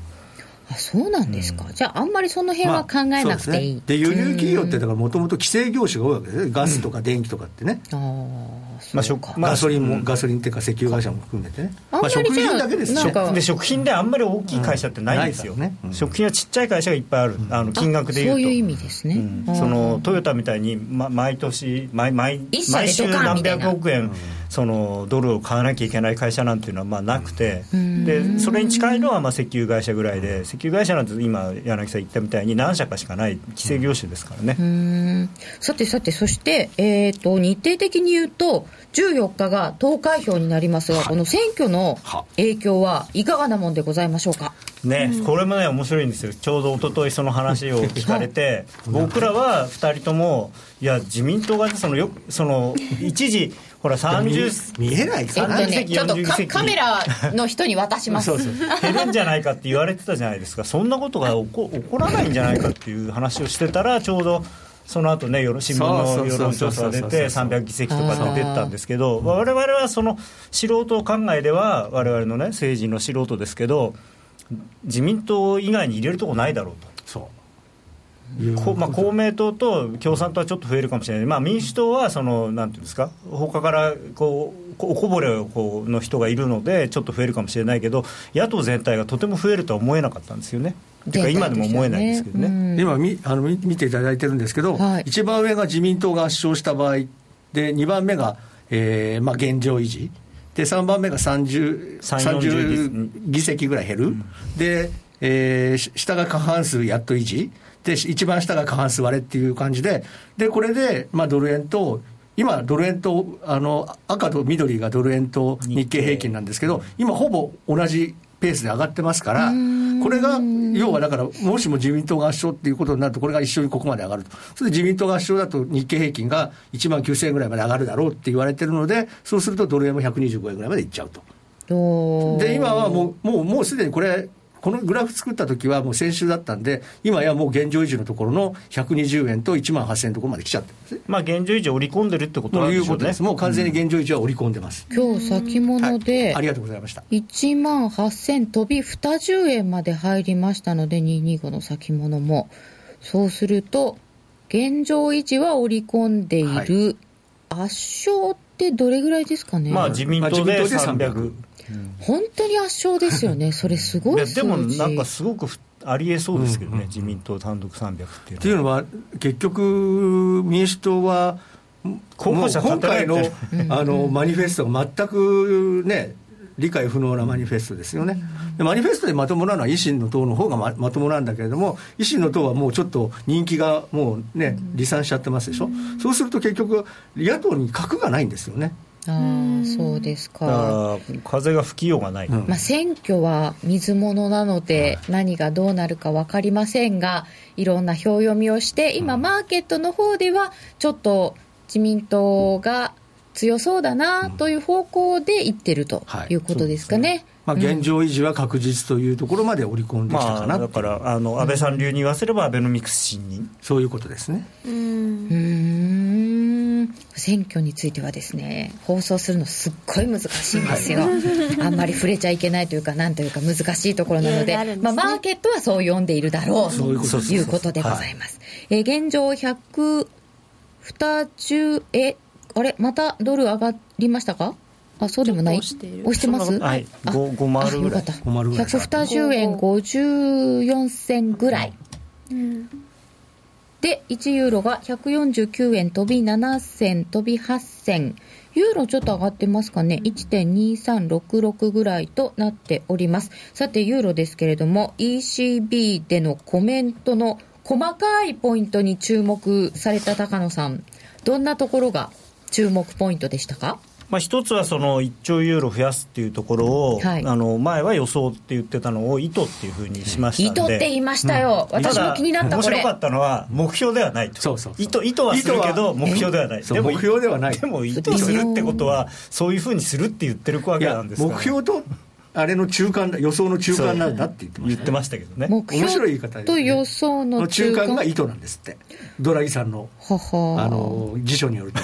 Speaker 1: あそうなんですか、じゃあ、あんまりその辺は考えなくていい、
Speaker 4: まあそうですね、で輸入企業ってだからもともと規制業種が多いわけですねガスとか電気とかってね、
Speaker 1: ああ
Speaker 2: まあ
Speaker 1: そう
Speaker 2: し
Speaker 1: か
Speaker 2: ょ、まあ
Speaker 4: ガソリンも、
Speaker 2: うん
Speaker 4: ガソリンっていうか石油会社も含めてね、
Speaker 1: あん
Speaker 4: ま
Speaker 1: ま
Speaker 4: あ、
Speaker 1: り
Speaker 4: 食
Speaker 1: じゃあ
Speaker 4: 品だけですよ
Speaker 1: なんか
Speaker 2: で食品であんまり大きい会社ってないんですよ、
Speaker 4: うんないですよねうん
Speaker 2: 食品はちっちゃい会社がいっぱいある、あの金額でいうと。
Speaker 1: そういう意味ですね、
Speaker 2: うんそのトヨタみたいに、ま、毎年毎毎
Speaker 1: 一社で
Speaker 2: 毎週
Speaker 1: ドカン
Speaker 2: 何
Speaker 1: みたいな
Speaker 2: 百億円そのドルを買わなきゃいけない会社なんていうのはまあなくて、
Speaker 1: ん
Speaker 2: でそれに近いのはまあ石油会社ぐらいで、石油会社なんて今柳さん言ったみたいに何社かしかない規制業種ですからね、
Speaker 1: うんさてさて、そして、えー、と日程的に言うと、14日が投開票になりますが、この選挙の
Speaker 4: は
Speaker 1: 影響はいかがなもんでございましょうか。
Speaker 2: ね、これもね面白いんですよちょうど一昨日その話を聞かれて僕らは2人ともいや自民党がねそのよその一時ほら30
Speaker 4: 見えない
Speaker 1: え
Speaker 4: か
Speaker 1: っと
Speaker 4: ら、
Speaker 2: 何
Speaker 1: ね、
Speaker 2: 席
Speaker 1: ちょっと
Speaker 2: 40
Speaker 1: カ
Speaker 2: 席
Speaker 1: カメラの人に渡します。
Speaker 2: そうそう 減るんじゃないかって言われてたじゃないですかそんなことが起こ起こらないんじゃないかっていう話をしてたらちょうどその後ね世論新聞
Speaker 4: そ
Speaker 2: の
Speaker 4: うそう
Speaker 2: 世
Speaker 4: そう
Speaker 2: 論
Speaker 4: そう
Speaker 2: 調査が出て300議席とか出てったんですけど我々はその素人考えでは我々のね政治の素人ですけど自民党以外に入れるとこないだろうと。
Speaker 4: そういう
Speaker 2: こまあ、公明党と共産党はちょっと増えるかもしれない、まあ、民主党はそのなんていうんですか、他からこうこおこぼれをこうの人がいるので、ちょっと増えるかもしれないけど、野党全体がとても増えるとは思えなかったんですよね。てか、今でも思えないですけどね。
Speaker 1: うん
Speaker 4: 今みあのみ見ていただいてるんですけど、
Speaker 1: はい
Speaker 4: 一番上が自民党が圧勝した場合で2番目が、えーまあ、現状維持で3番目が 30,
Speaker 2: 30
Speaker 4: 30議席ぐらい減る、で、えーし下が過半数やっと維持でし一番下が過半数割れっていう感じででこれで、まあ、ドル円と今ドル円とあの赤と緑がドル円と日経平均なんですけど今ほぼ同じペースで上がってますからこれが要はだからもしも自民党が圧勝っていうことになるとこれが一緒にここまで上がるとそれで自民党が圧勝だと日経平均が1万9000円ぐらいまで上がるだろうって言われてるのでそうするとドル円も125円ぐらいまでいっちゃうと。
Speaker 1: どう
Speaker 4: で今はもうもうもうすでにこれこのグラフ作った時はもう先週だったんで今やもう現状維持のところの120円と1万8000円のところまで来ちゃってるんですね。
Speaker 2: まあ、現状維持を織り込んでるってことな
Speaker 4: と
Speaker 2: ん
Speaker 4: い
Speaker 2: で
Speaker 4: う
Speaker 2: しょ
Speaker 4: こ
Speaker 2: う
Speaker 4: と
Speaker 2: ね
Speaker 4: です、。もう完全に現状維持は織り込んでます。
Speaker 1: 今日先物で
Speaker 4: ありがとうございました。
Speaker 1: 1万8000飛び20円まで入りましたので225の先物もそうすると現状維持は織り込んでいる、圧勝ってどれぐらいですかね、
Speaker 2: まあ、自民党
Speaker 4: まあ
Speaker 2: で
Speaker 4: 自民党で
Speaker 2: 300
Speaker 4: 300
Speaker 1: 本当に圧勝ですよ ね、それすご
Speaker 2: い
Speaker 1: い
Speaker 2: や
Speaker 1: 数字
Speaker 2: でもなんかすごくふありえそうですけどね、自民党単独300っていうの
Speaker 4: っていうのは、結局、民主党は、
Speaker 2: 候補者
Speaker 4: もう今回の
Speaker 2: 立
Speaker 4: あのマニフェストが全くね、理解不能なマニフェストですよね、でマニフェストでまともなのは維新の党の方がままともなんだけれども、維新の党はもうちょっと人気がもうね、離散しちゃってますでしょ、そうすると結局、野党に核がないんですよね。
Speaker 1: ああそうです
Speaker 2: だ
Speaker 1: か、
Speaker 2: から風が吹きようがない、
Speaker 4: うん
Speaker 1: まあ、選挙は水物なので、何がどうなるか分かりませんが、いろんな票読みをして、今、マーケットの方では、ちょっと自民党が強そうだなという方向でいってると
Speaker 4: はい
Speaker 1: いうことですかね。
Speaker 4: まあ、現状維持は確実というところまで織り込んできた
Speaker 2: ま
Speaker 4: か
Speaker 2: あ、
Speaker 4: な、
Speaker 2: だからあの安倍さん流に言わせればアベノミクス信任
Speaker 4: そういうことですね。
Speaker 3: うん
Speaker 1: うーん選挙についてはですね放送するのすっごい難しいんですよ、 あんまり触れちゃいけないというかなんというか難しいところなので
Speaker 3: いろいろあるんで
Speaker 1: ますあ、
Speaker 3: ね
Speaker 1: マーケットはそう読んでいるだろうと
Speaker 4: そういうことです
Speaker 1: いうことでございます、えー現状120えあれまたドル上がりましたかあそうでもない
Speaker 5: ちょっと押してる
Speaker 1: 押してま
Speaker 2: そん
Speaker 1: す
Speaker 2: なはい
Speaker 1: あ
Speaker 2: ごごまるぐらい
Speaker 1: あよかった
Speaker 4: ごまるぐらい
Speaker 1: 120円54銭ぐらい
Speaker 3: うん
Speaker 1: で1ユーロが149円飛び7銭飛び8銭ユーロちょっと上がってますかね1.2366ぐらいとなっておりますさてユーロですけれども ECB でのコメントの細かいポイントに注目された高野さんどんなところが注目ポイントでしたか
Speaker 2: まあ、一つはその1兆ユーロ増やすっていうところを、
Speaker 1: はい
Speaker 2: あの前は予想って言ってたのを意図っていうふうにしましたんで
Speaker 1: 糸って言いましたよ、
Speaker 2: た
Speaker 1: 私
Speaker 2: だ
Speaker 1: も気になった
Speaker 2: 面
Speaker 1: こ
Speaker 2: 白
Speaker 1: れ
Speaker 2: かったのは目標ではないと
Speaker 4: そうそうそう
Speaker 2: 意図意図はするけど目標ではない
Speaker 4: そう
Speaker 2: でも
Speaker 4: 目標ではない
Speaker 2: でも意図するってことはそういうふうにするって言ってるわ
Speaker 4: い
Speaker 2: けな
Speaker 4: や
Speaker 2: んですから
Speaker 4: 目標とあれの中間だ予想の中間なんだって言ってま
Speaker 2: 言
Speaker 4: し
Speaker 2: ったてましたけどね
Speaker 1: 目
Speaker 4: 面白い言い
Speaker 1: 標
Speaker 4: 方で
Speaker 1: と予想
Speaker 4: そ
Speaker 1: の
Speaker 4: の中
Speaker 1: 中間
Speaker 4: 間が糸なんですってドラギさんの
Speaker 1: はは
Speaker 4: あの辞書によると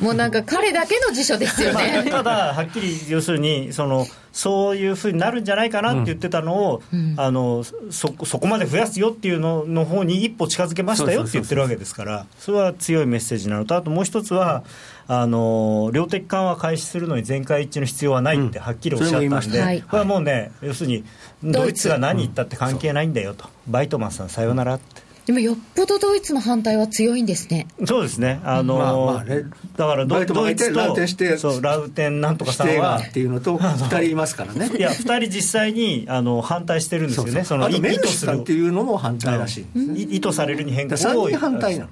Speaker 1: もうなんか彼だけの辞書ですよ
Speaker 2: まあ、
Speaker 1: ね。
Speaker 2: ただ、はっきり要するにその、そういうふうになるんじゃないかなって言ってたのを、あのそそこまで増やすよっていうのの方に一歩近づけましたよって言ってるわけですから、それは強いメッセージなのと、あともう一つは、あの量的緩和開始するのに全会一致の必要はないって
Speaker 4: うん
Speaker 2: はっきりおっしゃったんで、
Speaker 4: そ
Speaker 1: れも言いました
Speaker 2: これはもうね、要するに、ドイツが何言ったって関係ないんだよと、バイトマンさん、さよならって。
Speaker 1: でもよっぽどドイツの反対は強いんですね。
Speaker 2: そうですね、あの
Speaker 4: まあまあね
Speaker 2: だから
Speaker 4: バ
Speaker 2: ド
Speaker 4: イトマ
Speaker 2: ド
Speaker 4: ンが
Speaker 2: イ
Speaker 4: いて
Speaker 2: ツ
Speaker 4: ラウテンして
Speaker 2: とそうラウテン なんとか
Speaker 4: 指
Speaker 2: さん
Speaker 4: 定が
Speaker 2: は
Speaker 4: っていうのと2人いますからね
Speaker 2: いや、二人実際にあの反対してるんですよね、そ
Speaker 4: あ
Speaker 2: の
Speaker 4: と
Speaker 2: い
Speaker 4: メ
Speaker 2: 意
Speaker 4: ル
Speaker 2: 図
Speaker 4: シ
Speaker 2: す
Speaker 4: さん
Speaker 2: る
Speaker 4: っていうのも反対らしいんですね
Speaker 2: い意図されるに変更
Speaker 4: だから
Speaker 2: を
Speaker 4: 3人反対なの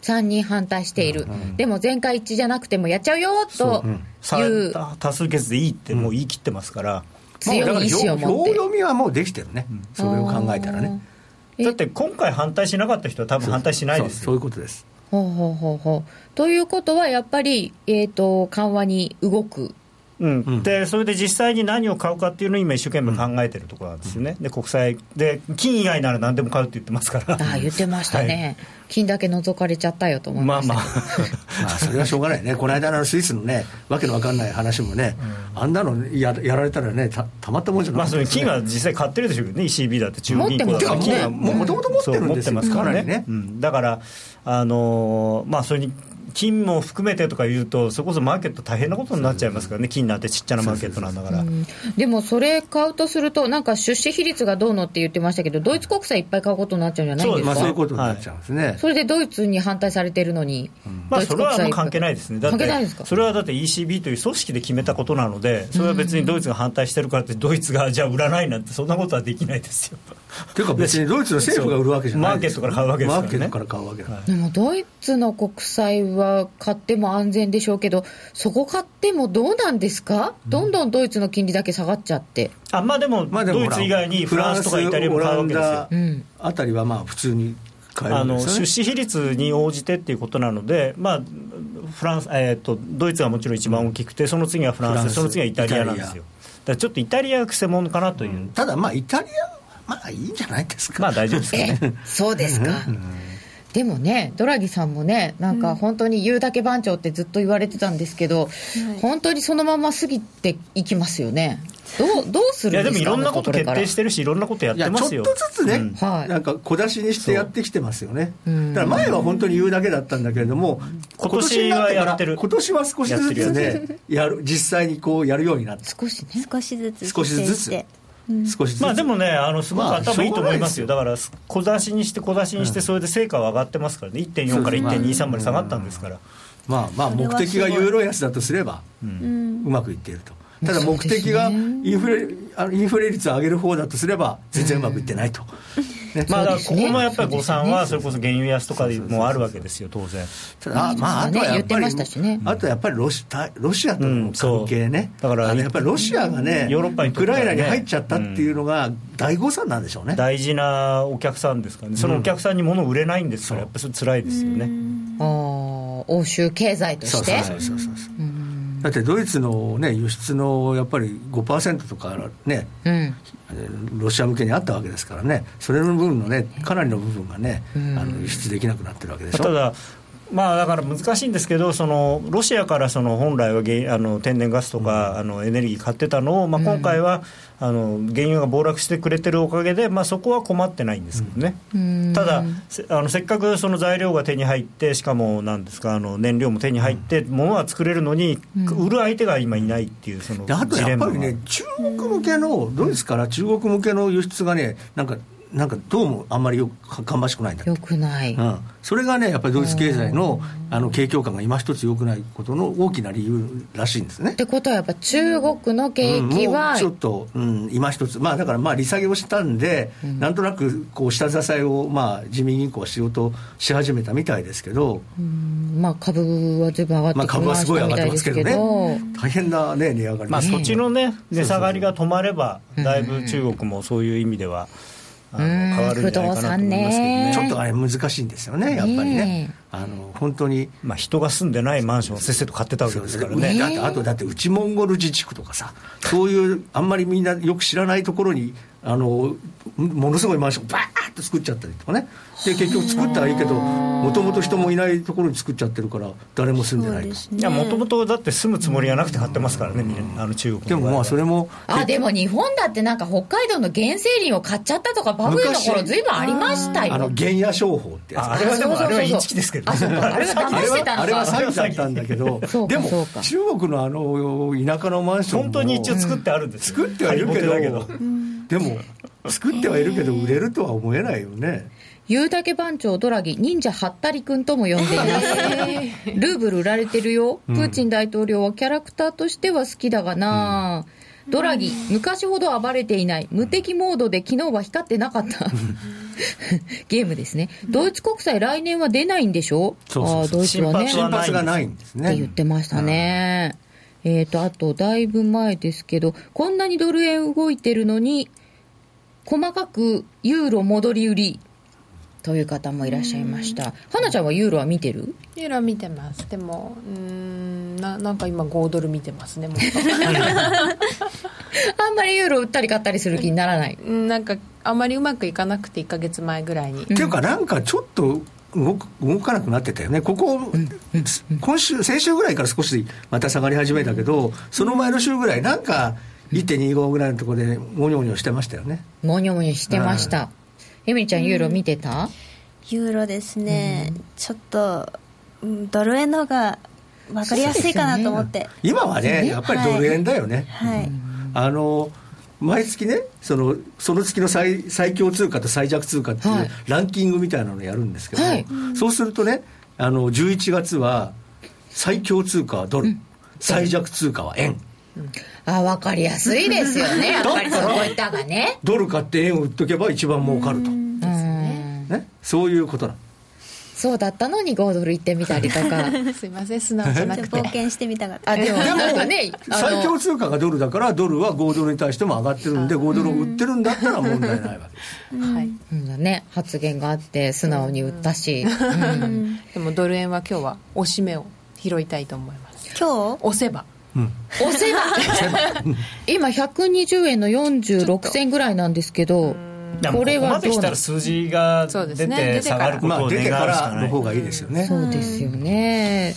Speaker 1: 3人反対している。でも全会一致じゃなくてもやっちゃうよと
Speaker 2: さ
Speaker 1: いう
Speaker 2: 多多数決でいいってもう言い切ってますから、
Speaker 4: もう
Speaker 1: 強い意志
Speaker 4: だ
Speaker 1: を
Speaker 4: から
Speaker 1: 持
Speaker 4: 表
Speaker 1: って。
Speaker 4: 読みはもうできてるねそれを考えたらね
Speaker 1: え
Speaker 2: だって今回反対しなかった人は多分反対しないです
Speaker 4: そうそう
Speaker 2: よ
Speaker 4: いうことです
Speaker 1: ほうほうほうほう。ということはやっぱり、えー、と緩和に動く。
Speaker 2: うん
Speaker 4: うん
Speaker 2: でそれで実際に何を買うかっていうのを今一生懸命考えてるところなんですよね、で国債で金以外なら何でも買うって言ってますから
Speaker 1: ああ言ってましたね、金だけ覗かれちゃったよと思いま
Speaker 2: まあ
Speaker 1: した。
Speaker 2: まあ
Speaker 4: まあそれはしょうがないね、こ の間のあのスイスのね、わけのわかんない話もね、あんなのややられたらね、たたまったもんじゃな
Speaker 2: まあ
Speaker 4: い
Speaker 2: それ金は実際買ってるでしょうけどね ECB だって中央銀行だ
Speaker 1: 持
Speaker 2: っ
Speaker 1: っててますね
Speaker 2: 金は
Speaker 4: もともと持ってるんです
Speaker 2: そう
Speaker 4: よ
Speaker 2: 持ってますから
Speaker 4: かな
Speaker 2: ね
Speaker 4: りね
Speaker 2: うん、だからあのーまあそれに金も含めてとか言うとそれこそマーケット大変なことになっちゃいますからね金なんてちっちゃなマーケットなんだから
Speaker 1: でもそれ買うとするとなんか出資比率がどうのって言ってましたけどドイツ国債いっぱい買うことになっちゃうんじゃないんです
Speaker 2: ま
Speaker 1: か
Speaker 4: ま
Speaker 2: あ
Speaker 4: あ、
Speaker 2: そい
Speaker 4: そうういうう
Speaker 2: こ
Speaker 4: ことと
Speaker 2: にな
Speaker 4: にな
Speaker 2: っ
Speaker 4: っ
Speaker 2: ち
Speaker 4: ち
Speaker 2: ゃ
Speaker 4: ゃ
Speaker 2: う
Speaker 4: うんですね。
Speaker 1: それでドイツに反対されてるのに、
Speaker 2: まあ
Speaker 1: ドイツ
Speaker 2: それはあんま
Speaker 1: 国債
Speaker 2: 関係ないですねだっ
Speaker 1: 関係
Speaker 2: て
Speaker 1: ないですか
Speaker 2: それはだって ECB という組織で決めたことなのでそれは別にドイツが反対してるからってドイツがじゃあ売らないなんてそんなことはできないですよ
Speaker 4: というか別にドイツの政府が売るわけじゃないです
Speaker 2: そうマーケットから買うわけですからね
Speaker 4: マーケットから買うわけだから
Speaker 1: でもドイツの国債は買っても安全でしょうけど、そこ買ってもどうなんですか、どんどんドイツの金利だけ下がっちゃって、
Speaker 2: あまあでも
Speaker 4: まあでも
Speaker 2: ド
Speaker 4: ほ
Speaker 2: イ
Speaker 4: ら
Speaker 2: ツ以外にフランスとかイタリアも買うわけですよ
Speaker 4: フランスオランダあたりはまあ普通に買える
Speaker 2: あ
Speaker 4: んで
Speaker 2: の
Speaker 4: すよ、ね、
Speaker 2: 出資比率に応じてっていうことなので、まあ、フランス、えー、とドイツがもちろん一番大きくて、その次がフランス
Speaker 4: フランス
Speaker 2: その次がイタリアなんです
Speaker 4: イタリ
Speaker 2: よだ
Speaker 4: ア、
Speaker 2: からちょっとイタリアがくせ者かなという、
Speaker 4: ただまあイタリアまあいいんじゃないですか、
Speaker 2: まあ大丈夫ですか
Speaker 1: え
Speaker 2: ね。
Speaker 1: そうですか。でもね、ドラギさんもね、なんか本当に言うだけ番長ってずっと言われてたんですけど、本当にそのまま過ぎていきますよね。どうどうす
Speaker 2: い
Speaker 1: る
Speaker 2: や
Speaker 1: ん
Speaker 2: で
Speaker 1: ですか
Speaker 2: もいろんなこと決定しててるしいろんなことやっ
Speaker 4: い
Speaker 2: て
Speaker 4: や
Speaker 2: ま
Speaker 4: ち
Speaker 2: す
Speaker 4: ょっと
Speaker 2: よ
Speaker 4: ずつね、
Speaker 2: うん
Speaker 1: はい
Speaker 4: なんか小出しにしてやってきてますよね、
Speaker 1: うん
Speaker 4: だから前は本当に言うだけだったんだけれども、
Speaker 2: 今年はやってる
Speaker 4: 今年は少しずつね、やる実際にこうやるようになって、
Speaker 1: 少しね
Speaker 3: 少しずつ
Speaker 4: 少しずつ
Speaker 3: 否定てうん
Speaker 4: 少しずつ。
Speaker 2: まあでもねあのすごく
Speaker 4: まあ
Speaker 2: 頭いいと思いますよ、
Speaker 4: しょう
Speaker 2: だからす小出しにして小出しにしてそれで成果は上がってますからね1.4から1.23まで下がったんですから、
Speaker 4: まあまあ、
Speaker 3: それ
Speaker 4: 目
Speaker 3: はすごい
Speaker 4: 的がユーロ安だとすれば、
Speaker 2: うん
Speaker 3: うん
Speaker 4: うまくいっていると。ただ
Speaker 1: そう
Speaker 4: 目
Speaker 1: ですね
Speaker 4: 的がインフレあのインフレ率を上げる方だとすれば全然うまくいってないと、ね
Speaker 2: まあ、だから
Speaker 1: そ
Speaker 2: こ
Speaker 1: うですね
Speaker 2: こもやっぱり誤算はそれこそ原油安とかでもあるわけですよ当然
Speaker 4: ただあまあ、あとはやっぱ
Speaker 1: 言ってま
Speaker 4: り、
Speaker 1: したしね
Speaker 4: あとはやっぱりロシ対ロシアとの関係ね、
Speaker 2: うんそうだから
Speaker 4: あのやっぱりロシアがね、
Speaker 2: ヨーロッパに
Speaker 4: ウ
Speaker 2: とっ
Speaker 4: ク
Speaker 2: ては
Speaker 4: ラ
Speaker 2: ね
Speaker 4: イナに入っちゃったっていうのが、大誤算なんでしょうね。
Speaker 2: 大事なお客さんですからねそのお客さんに物を売れないんですからやっぱそれ辛いですよね、
Speaker 1: あー欧州経済と
Speaker 4: そう
Speaker 1: し
Speaker 4: そう
Speaker 1: て
Speaker 4: そうそうそう
Speaker 1: うん
Speaker 4: だってドイツの、ね、輸出のやっぱり5%とか、ね、
Speaker 1: うん
Speaker 4: ロシア向けにあったわけですからね、それの部分のね、かなりの部分がね、
Speaker 1: うん
Speaker 4: あの輸出できなくなってるわけでしょ。
Speaker 2: ただまあ、だから難しいんですけど、そのロシアからその本来は原あの天然ガスとか、あのエネルギー買ってたのを、まあ、今回は、あの原油が暴落してくれてるおかげで、まあ、そこは困ってないんですけどね、
Speaker 1: うん
Speaker 2: ただせあの、せっかくその材料が手に入って、しかもなんですかあの燃料も手に入って、物は作れるのに、
Speaker 1: うん
Speaker 2: 売る相手が今いないっていう、その
Speaker 4: であと
Speaker 2: ジ
Speaker 4: や
Speaker 2: レ
Speaker 4: っ
Speaker 2: ンマ
Speaker 4: ぱ
Speaker 2: が
Speaker 4: りね、中国向けの、ドイツから中国向けの輸出がね、なんか、なんかどうもあんまりよくか芳しくないんだって
Speaker 1: よくない、
Speaker 4: うん、それがね、やっぱりドイツ経済のあの景況感が今一つ良くないことの大きな理由らしいんです
Speaker 1: っ。
Speaker 4: ね
Speaker 1: てことはやっぱ中国の景気
Speaker 4: うんもう
Speaker 1: は、
Speaker 4: ちょっと、うん、今一つ、まあ、だからまあ利下げをしたんで、なんとなくこう下支えを、まあ、自民銀行はしようとし始めたみたいですけど、
Speaker 1: うんまあ、株は随分上がっ
Speaker 4: ま
Speaker 1: てき
Speaker 4: あ、株は
Speaker 1: ますし
Speaker 4: ごい
Speaker 1: た
Speaker 4: 上
Speaker 1: み
Speaker 4: がったて
Speaker 1: い
Speaker 4: ま
Speaker 1: ですす
Speaker 4: けど
Speaker 1: け
Speaker 4: ね
Speaker 1: ど、
Speaker 4: 大変な、ね、値上がり
Speaker 2: まあ、
Speaker 4: です
Speaker 2: そ
Speaker 4: ね
Speaker 2: っちのね、値下がりが止まれば、だいぶ中国もそういう意味では、あの
Speaker 1: うん
Speaker 2: 変わるんじゃないか
Speaker 1: 不動
Speaker 2: なと思いますけど
Speaker 1: 産ね
Speaker 2: ね
Speaker 4: ち。ょっとあれ、難しいんですよね、やっぱりね。
Speaker 1: ね
Speaker 4: あの本当に
Speaker 2: まあ、人が住んでないマンションをせっせと買ってたわけ
Speaker 4: そ
Speaker 2: で
Speaker 4: うですす
Speaker 2: か
Speaker 4: からら
Speaker 2: ね。
Speaker 4: ね、あとあとだって内モンゴル自治区とかさそういうあんまりみんなよく知らないところにあのものすごいマンションをバーッと作っちゃったりとかねで結局作ったはいいけどもともと人もいないところに作っちゃってるから誰も住んでないと
Speaker 3: そうですね
Speaker 2: いやもともとだって住むつもりがなくて買ってますからね、みんなあの中国
Speaker 4: でもまあそれ
Speaker 2: も
Speaker 4: も
Speaker 1: あでも日本だってなんか北海道の原生林を買っちゃったとかバブルの頃
Speaker 4: 昔
Speaker 1: ずいぶんありましたよ
Speaker 4: あの原野商法ってやつ
Speaker 2: ああれはでも
Speaker 1: そうそうそうそう
Speaker 2: あれはインチキですけど
Speaker 1: あ
Speaker 2: ね
Speaker 1: そうかあれは騙してた
Speaker 4: あれ
Speaker 1: の
Speaker 4: は
Speaker 1: か
Speaker 4: 詐欺だったんだけど
Speaker 1: そうか
Speaker 4: で
Speaker 1: そう
Speaker 4: も
Speaker 1: か
Speaker 4: 中国のあの田舎のマンションも
Speaker 2: 本当に一応作ってあるんですよ
Speaker 4: 作ってはいるけど
Speaker 2: ハリボテだ
Speaker 4: でも作ってはいるけど売れるとは思えないよね、
Speaker 1: 言うだけ番長ドラギ忍者ハッタリ君とも呼んでいますルーブル売られてるよプーチン大統領はキャラクターとしては好きだがな、ドラギ昔ほど暴れていない無敵モードで昨日は光ってなかった ゲームですねドイツ国債来年は出ないんでしょ
Speaker 4: そうそうそう
Speaker 1: あードイツはね
Speaker 2: 心
Speaker 4: 心発がないんですね
Speaker 1: って言ってましたね。えっ、と、あと、だいぶ前ですけど、こんなにドル円動いてるのに、細かくユーロ戻り売りという方もいらっしゃいました。はなちゃんはユーロは見てる
Speaker 5: ユーロ見てますでもうーんななんか今5ドル見てますねもっ
Speaker 1: あんまりユーロ売ったり買ったりする気にならない。
Speaker 5: とうんなんかあまりうまくいかなくて1か月前ぐらいに
Speaker 4: っていうかなんかちょっと動く動かなくなってたよねここ、今週先週ぐらいから少しまた下がり始めたけどその前の週ぐらいなんか1.25ぐらいのところでもにょもにょしてましたよね
Speaker 1: もにょもにょしてました。エミリちゃん、ユーロ見てた
Speaker 3: ユーロですね、ちょっと、うんドル円の方が分かりやすいかなと思って、
Speaker 4: 今はねやっぱりドル円だよね、
Speaker 3: はい、
Speaker 4: あの毎月ねそのその月の最最強通貨と最弱通貨ってい
Speaker 1: はいう
Speaker 4: ランキングみたいなのやるんですけど、
Speaker 1: はい
Speaker 4: そうするとねあの11月は最強通貨はドル、最弱通貨は円
Speaker 1: あ、わかりやすいですよね。やっぱりそこいったがね。
Speaker 4: ドル買って円を売っとけば一番儲かると、
Speaker 1: うん。
Speaker 4: ね、そういうことなの
Speaker 1: そうだったのに5ドル行ってみたりとか。
Speaker 5: すいません素直じゃな
Speaker 3: ちょ
Speaker 5: く
Speaker 3: っと
Speaker 5: て
Speaker 3: 冒険してみたかった
Speaker 1: あ、でもなんかね、あの
Speaker 4: 最強通貨がドルだからドルは5ドルに対しても上がってるんで5ドルを売ってるんだったら問題ないわけです
Speaker 5: はい
Speaker 1: うんだね、発言があって素直に売ったし、うん
Speaker 5: でもドル円は今日は押し目を拾いたいと思います
Speaker 3: 今日
Speaker 5: 押せば
Speaker 1: 押せば 今120円の46銭ぐらいなんですけど
Speaker 2: いやも
Speaker 1: こ
Speaker 2: うこ
Speaker 1: れ
Speaker 2: こ
Speaker 1: は
Speaker 2: まで
Speaker 1: どう
Speaker 2: 来
Speaker 1: な
Speaker 2: た
Speaker 1: の
Speaker 2: ら
Speaker 1: そ
Speaker 2: 数字が
Speaker 5: そうです
Speaker 2: 出
Speaker 5: ね出
Speaker 2: て
Speaker 5: て
Speaker 2: 下
Speaker 5: から
Speaker 2: がること
Speaker 4: ま
Speaker 2: を
Speaker 4: あ
Speaker 2: 願う
Speaker 4: 出
Speaker 2: して
Speaker 4: か
Speaker 2: からな
Speaker 4: の
Speaker 2: い
Speaker 4: 方がいいですよね、
Speaker 1: うですよね、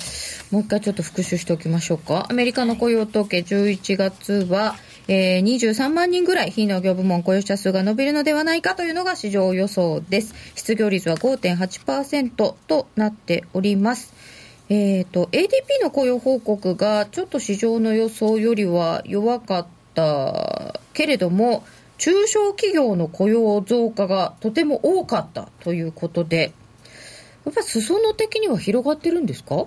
Speaker 1: もう一回ちょっと復習しておきましょうか。アメリカの雇用統計11月は、えー、23万人ぐらい非農業部門雇用者数が伸びるのではないかというのが市場予想です。失業率は5.8%となっております。えー、と ADP の雇用報告がちょっと市場の予想よりは弱かったけれども中小企業の雇用増加がとても多かったということでやっぱ裾野的には広がってるんですか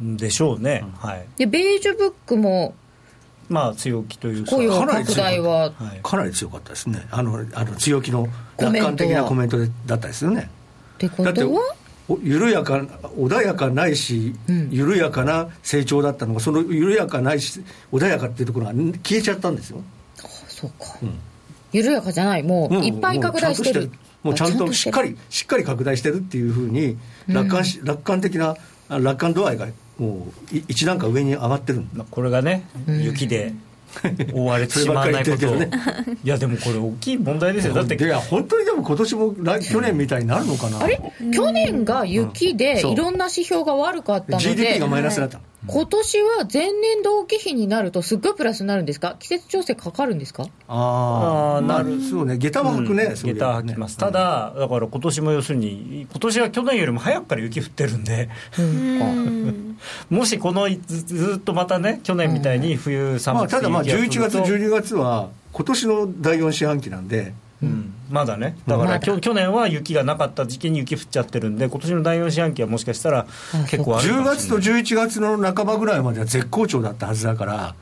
Speaker 2: でしょうね、はい
Speaker 1: でベージュブックも
Speaker 2: まあ強気というか
Speaker 1: 雇用
Speaker 4: かなり
Speaker 1: 拡
Speaker 4: 強い
Speaker 1: 大は
Speaker 2: はい
Speaker 4: かなり強かったですね、あのあの強気の
Speaker 1: コメ
Speaker 4: 楽
Speaker 1: ントは
Speaker 4: 観的なコメントだったですよね。
Speaker 1: ってこ
Speaker 4: だって
Speaker 1: とは
Speaker 4: お緩やか穏やかないし、
Speaker 1: うん
Speaker 4: 緩やかな成長だったのが、その緩やかないし、穏やかっていうところがん消えちゃったんですよ、
Speaker 1: そうか、
Speaker 4: ん
Speaker 1: 緩やかじゃないもう
Speaker 4: もう
Speaker 1: いっぱい拡大してる
Speaker 4: もうちゃんとし
Speaker 1: あ
Speaker 4: っか
Speaker 1: ちゃんとしてる
Speaker 4: り、しっかり拡大してるっていうふうに、楽観し、楽観的な、あ楽観度合いがもうい一段階上に上がってるんだ
Speaker 2: まあこれがね、雪で覆われて
Speaker 4: それ
Speaker 2: しま
Speaker 4: ば
Speaker 2: わ
Speaker 4: っかり
Speaker 2: ない
Speaker 4: 言って
Speaker 2: こ
Speaker 4: るけ
Speaker 2: と
Speaker 4: ど
Speaker 2: を、
Speaker 4: ね
Speaker 2: いやでもこれ大きい問題ですよだって
Speaker 4: いや、本当にでも今年も来去年みたいになるのかな、
Speaker 1: あれ去年が雪
Speaker 4: うん
Speaker 1: で
Speaker 4: そう
Speaker 1: いろんな指標が悪かったので、
Speaker 4: GDP がマイナスだったの。
Speaker 1: 今年は前年同期比になるとすっごいプラスになるんですか季節調整かかるんですか
Speaker 4: あ
Speaker 2: あ
Speaker 4: あ、
Speaker 2: ー
Speaker 4: な
Speaker 2: なる
Speaker 4: るそうね、下駄は履くね、
Speaker 2: うん
Speaker 4: そうい
Speaker 2: 下
Speaker 4: う
Speaker 2: 駄履きます、
Speaker 4: ね
Speaker 2: た、だだから今年も要するに今年は去年よりも早くから雪降ってるんで
Speaker 3: うん
Speaker 2: もしこのずずっとまたね去年みたいに冬
Speaker 4: ま
Speaker 2: 寒
Speaker 4: あ、
Speaker 2: くて
Speaker 4: ただまあ11
Speaker 2: 雪が
Speaker 4: 月、
Speaker 2: 降ると
Speaker 4: 12月は、今年の第4四半期なんで、
Speaker 2: うんまだねだから、
Speaker 1: まだ
Speaker 2: きょ去年は雪がなかった時期に雪降っちゃってるんで今年の第4四半期はもしかしたら結構あるか
Speaker 4: 10
Speaker 2: もしれ
Speaker 4: 月と
Speaker 2: ない
Speaker 4: 11月の半ばぐらいまでは絶好調だったはずだから、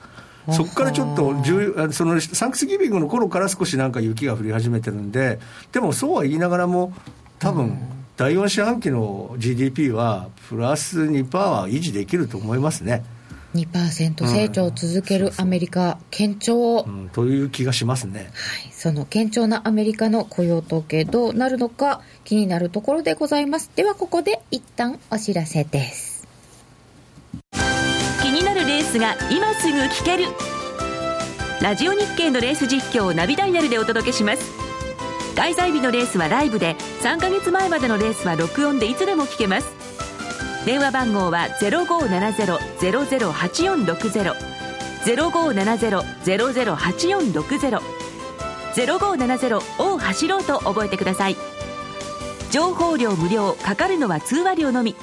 Speaker 4: そこからちょっと10、そのサンクスギビングの頃から少しなんか雪が降り始めてるんで、でもそうは言いながらも、多分第4四半期の GDP は、プラス2%は維持できると思いますね。
Speaker 1: 2%成長を続けるアメリカ堅調、
Speaker 4: うん、という気がしますね。
Speaker 1: はい、その堅調なアメリカの雇用統計どうなるのか気になるところでございますではここで一旦お知らせです
Speaker 6: 気になるレースが今すぐ聞けるラジオ日経のレース実況をナビダイヤルでお届けします開催日のレースはライブで3ヶ月前までのレースは録音でいつでも聞けます電話番号は0570-008460 0570-008460 0570を走ろうと覚えてください情報量無料かかるのは通話料のみ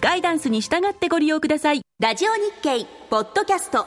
Speaker 6: ガイダンスに従ってご利用ください
Speaker 7: ラジオ日経ポッドキャスト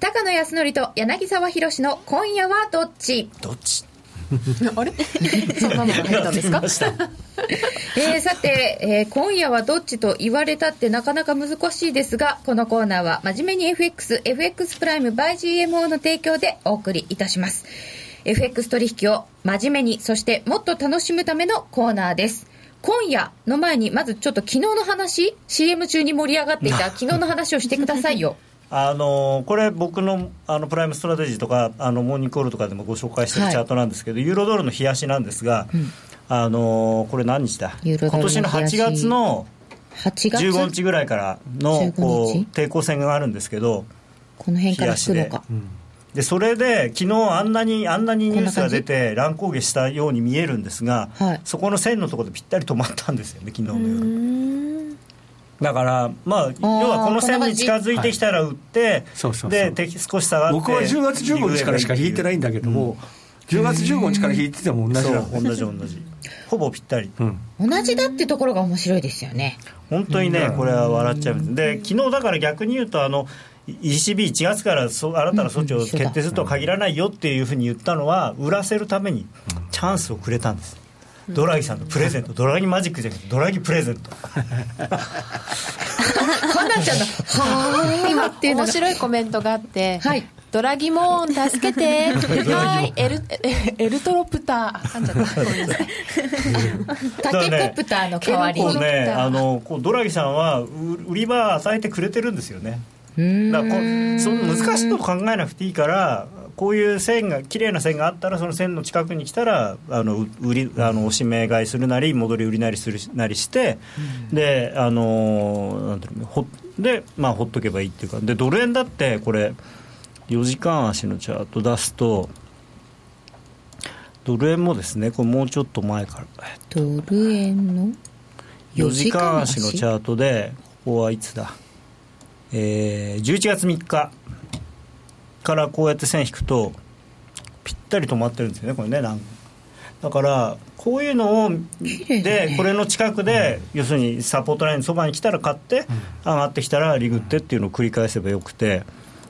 Speaker 1: 高野康則と柳沢博の「今夜はどっち?
Speaker 2: うどっち
Speaker 5: あれ そんなのが入ったんですか
Speaker 1: えーさて、えー今夜はどっちと言われたってなかなか難しいですがこのコーナーは真面目に FXFX プライム by GMO の提供でお送りいたします FX 取引を真面目にそしてもっと楽しむためのコーナーです今夜の前にまずちょっと昨日の話 CM 中に盛り上がっていた 昨日の話をしてくださいよ
Speaker 2: あのこれ僕のあのプライムストラテジーとかあのモーニングコールとかでもご紹介して
Speaker 1: は
Speaker 2: る
Speaker 1: い
Speaker 2: チャートなんですけど、ユーロドルの冷やしなんですが、あのこれ何日だ
Speaker 1: ユ
Speaker 2: 今
Speaker 1: ーロドルの冷やし
Speaker 2: 年の8月の
Speaker 1: 8月
Speaker 2: 15日ぐらいから
Speaker 1: 15
Speaker 2: の
Speaker 1: 日
Speaker 2: こう抵抗線があるんですけど
Speaker 1: この辺から引くのか
Speaker 2: でそれで昨日あんなにあんなにニュースが出て乱高下したように見えるんですが、
Speaker 1: はい
Speaker 2: そこの線のところでぴったり止まったんですよね昨日の夜だからまあ要はこの線に近づいてきたら売って
Speaker 4: そうそうそう
Speaker 2: でて少し下がって
Speaker 4: 僕は10月15日からしか引いてないんだけども、10月15日から引いてても同じな
Speaker 2: そう
Speaker 4: の
Speaker 2: 同じ同じほぼぴったり
Speaker 4: うん
Speaker 1: 同じだってところが面白いですよね
Speaker 2: 本当にねこれは笑っちゃうんですで昨日だから逆に言うとあの ECB1 月からそ新たな措置を決定するとは限らないよっていうふうに言ったのは売らせるためにチャンスをくれたんですドラギさんのプレゼン トドラギマジックじゃなくてドラギプレゼント
Speaker 1: かなちゃんの「はあ」っていうの
Speaker 5: 面
Speaker 1: が
Speaker 5: 白いコメントがあって、
Speaker 1: はい
Speaker 5: ドラギモーン助け てはいエル えエルトロプターあ噛んじゃったごめん なさい
Speaker 1: タケコプターの代わり
Speaker 2: 結構
Speaker 1: に、
Speaker 2: ねあのこうドラギさんはう売り場与えてくれてるんですよねだからこうその難しいこと考えなくていいからこういう線が綺麗な線があったらその線の近くに来たらあのう売りあのおしめ買いするなり戻り売りなりするなりして、であのなんていうのほでまあほっとけばいいっていうかでドル円だってこれ4時間足のチャート出すとドル円もですねこれもうちょっと前から
Speaker 1: ドル円の
Speaker 2: 4時間足のチャートでここはいつだ、えー、11月3日からこうやって線引くとぴったり止まってるんですよねこれねなんだからこういうのを
Speaker 1: 麗だね
Speaker 2: でこれの近くで、要するにサポートラインのそばに来たら買って、上がってきたらリグってっていうのを繰り返せばよくて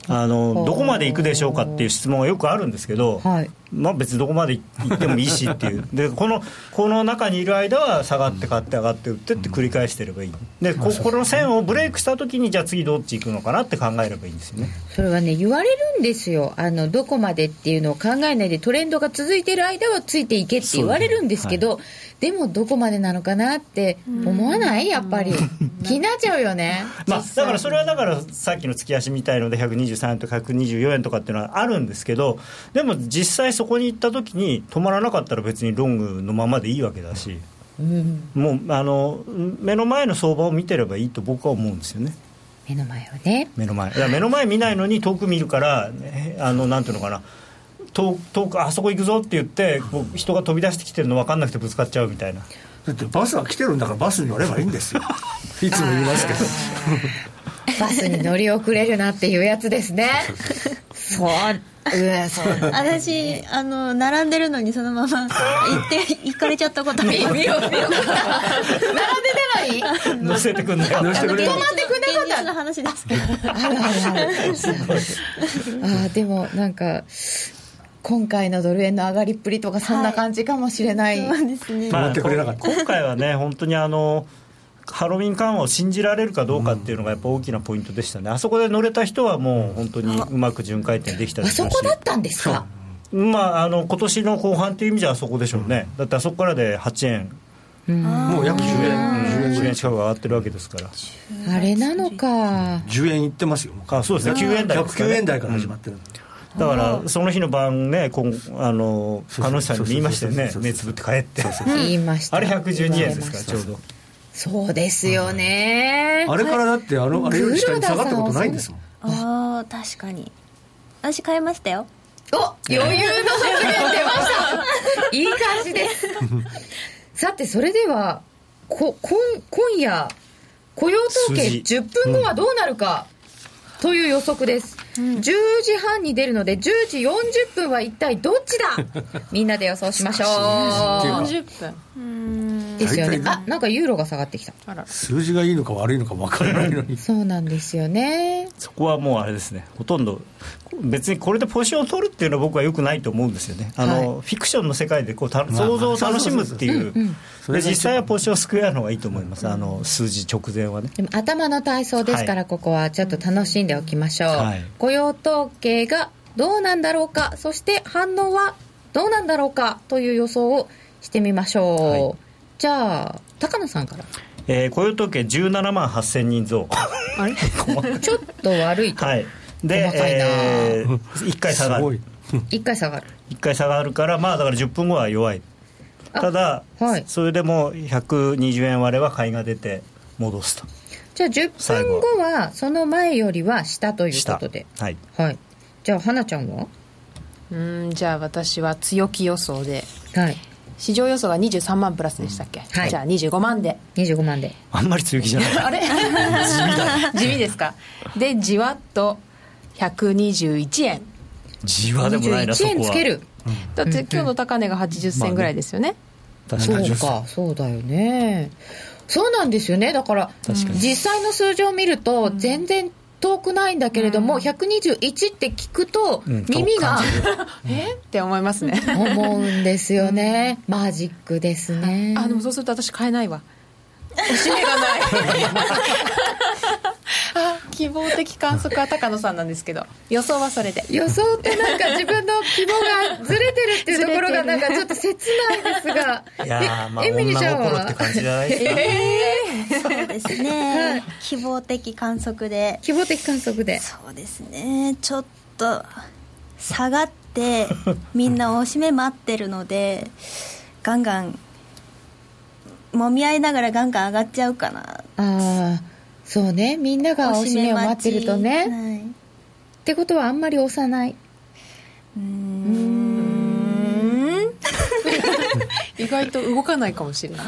Speaker 2: あのどこまで行くでしょうかっていう質問がよくあるんですけど、
Speaker 1: はい
Speaker 2: まあ、別にどこまで行ってもいいしっ ていうでこのこの中にいる間は下がって買って上がって売ってって繰り返してればいいでここの線をブレイクした時にじゃあ次どっち行くのかなって考えればいいんですよね
Speaker 1: それはね言われるんですよあのどこまでっていうのを考えないでトレンドが続いてる間はついていけって言われるんですけどでもどこまでなのかなって思わないやっぱり気になっちゃうよね
Speaker 2: まあ、だからそれはだからさっきの月足みたいので123円とか124円とかっていうのはあるんですけどでも実際そこに行った時に止まらなかったら別にロングのままでいいわけだし、もうあの目の前の相場を見てればいいと僕は思うんですよね
Speaker 1: 目の前はね
Speaker 2: 目の前だから目の前見ないのに遠く見るから、ねあのなんていうのかな遠く遠くあそこ行くぞって言ってこう人が飛び出してきてるの分かんなくてぶつかっちゃうみた いな
Speaker 4: だってバスは来てるんだからバスに乗ればいいんで すよいつも言いますけど
Speaker 1: バスに乗り遅れるなっていうやつですねそううんそう
Speaker 3: 私あの並んでるのにその まま行って行かれちゃったことあります
Speaker 1: 見よう見よう並んでたのに
Speaker 2: 乗せてくんだよ
Speaker 4: 乗せてくれ
Speaker 1: 止
Speaker 4: る
Speaker 1: まってくれなかった
Speaker 3: 現 実の話ですけど
Speaker 1: あるあるある。あーでもなんか今回のドル円の上がりっぷりとかそんな感じかもしれない。
Speaker 3: そうですね
Speaker 4: まあ乗ってくれなかった
Speaker 2: こ今回はね本当にあのハロウィン緩和を信じられるかどうかっていうのがやっぱ大きなポイントでしたね、あそこで乗れた人はもう本当にうまく巡回転できた
Speaker 1: あ
Speaker 2: でし
Speaker 1: そ
Speaker 2: ょうし
Speaker 1: こだったんですか。
Speaker 2: まああの今年の後半っていう意味じゃあそこでしょうね、だってあそこからで8円
Speaker 4: もう約
Speaker 2: 10
Speaker 4: 10円10円ぐら
Speaker 2: 円
Speaker 4: い
Speaker 2: 近く上がってるわけですから
Speaker 1: あれなのか。
Speaker 4: 10円いってますよ
Speaker 2: あそうですね9円台ですか
Speaker 4: 109
Speaker 2: ね
Speaker 4: 円台から始まってる、
Speaker 2: だからその日の晩ねこんあの
Speaker 4: そうそう
Speaker 2: 彼女さんにも言いましたよね
Speaker 4: そうそうそうそう
Speaker 2: 目つぶって帰って
Speaker 1: 言いました。
Speaker 2: あれ112円ですから
Speaker 1: ら。
Speaker 2: ちょうど
Speaker 1: そうですよね。
Speaker 4: あれからだってあのあれより下に下がったことないんですもん
Speaker 3: ああ確かに私買いましたよ
Speaker 1: お余裕の発言出ました。 いい感じです。さてそれではこ今今夜雇用統計
Speaker 2: 数字
Speaker 1: 10分後はどうなるかという予測です、10時半に出るので10時40分は一体どっち だみんなで予想しましょ
Speaker 4: 難
Speaker 1: う
Speaker 4: し
Speaker 5: 40分
Speaker 1: ですよね
Speaker 4: 大体
Speaker 1: あなんかユーロが下がってきた
Speaker 5: あら
Speaker 4: 数字がいいのか悪いのか分からないの に
Speaker 1: そうなんですよね
Speaker 2: そこはもうあれですねほとんど別にこれでポジションを取るっていうのは僕はよくないと思うんですよねあの、フィクションの世界でこうた
Speaker 4: あ
Speaker 2: 想像を楽しむっていう
Speaker 4: そうそうそうそう
Speaker 2: で実際はポジションを救えるのがいいと思いますあの数字直前はね
Speaker 1: でも頭の体操ですから、
Speaker 2: はい
Speaker 1: ここはちょっと楽しんでおきましょう、
Speaker 2: はい
Speaker 1: 雇用統計がどうなんだろうかそして反応はどうなんだろうかという予想をしてみましょう、
Speaker 2: はい
Speaker 1: じゃあ高野さんから
Speaker 2: えー雇用統計17万8000人増
Speaker 5: あれ
Speaker 1: ちょっと悪いと
Speaker 2: はいで
Speaker 1: 細かいな
Speaker 2: 1回下が
Speaker 4: すご
Speaker 2: る
Speaker 4: い
Speaker 1: 一回下がる
Speaker 2: 1回下がるからまあだから10分後は弱い
Speaker 1: あ
Speaker 2: ただ、
Speaker 1: はい
Speaker 2: それでも120円割れは買いが出て戻すと
Speaker 1: じゃあ10分後はその前よりは下という
Speaker 2: した
Speaker 1: ことで
Speaker 2: はい
Speaker 1: はいじゃあ花ちゃんは
Speaker 5: うんじゃあ私は強気予想で
Speaker 1: はい
Speaker 5: 市場予想が23万プラスでしたっけ、
Speaker 1: はい
Speaker 5: じゃあ25万で
Speaker 1: 25万で
Speaker 2: あんまり強気じゃない
Speaker 5: あれ地味だ地味ですかでじわっと121円
Speaker 2: じわでもないなそ
Speaker 1: 21
Speaker 2: こ
Speaker 1: 円つけ
Speaker 2: は
Speaker 1: る
Speaker 5: だって今日の高値が80銭ぐらいですよね,、
Speaker 2: 確
Speaker 1: そ
Speaker 2: かに
Speaker 1: うかそうだよねそうなんですよねだから実際の数字を見ると全然遠くないんだけれども、121って聞くと
Speaker 2: うん
Speaker 1: 耳が
Speaker 5: えって思いますね
Speaker 1: 思うんですよね、マジックですね
Speaker 5: あでもそうすると私買えないわおしめがないあ希望的観測は高野さんなんですけど予想はそれで
Speaker 1: 予想となんか自分の希望がずれてるっていうところがなんかちょっと切ないですが
Speaker 2: いやーまあ
Speaker 1: えエミリ
Speaker 2: 女
Speaker 1: ちゃん
Speaker 2: 心っ
Speaker 1: は
Speaker 2: て感じじゃないですか、
Speaker 3: そうですね希望的観測で
Speaker 1: 希望的観測で
Speaker 3: そうですねちょっと下がってみんなおしめ待ってるのでガンガン揉み合いながらガンガン上がっちゃうかな
Speaker 1: ああそうねみんながおしめを待ってるとね、っ
Speaker 3: はい
Speaker 1: てことはあんまり押さないう
Speaker 3: ーん
Speaker 5: 意外と動かないかもしれない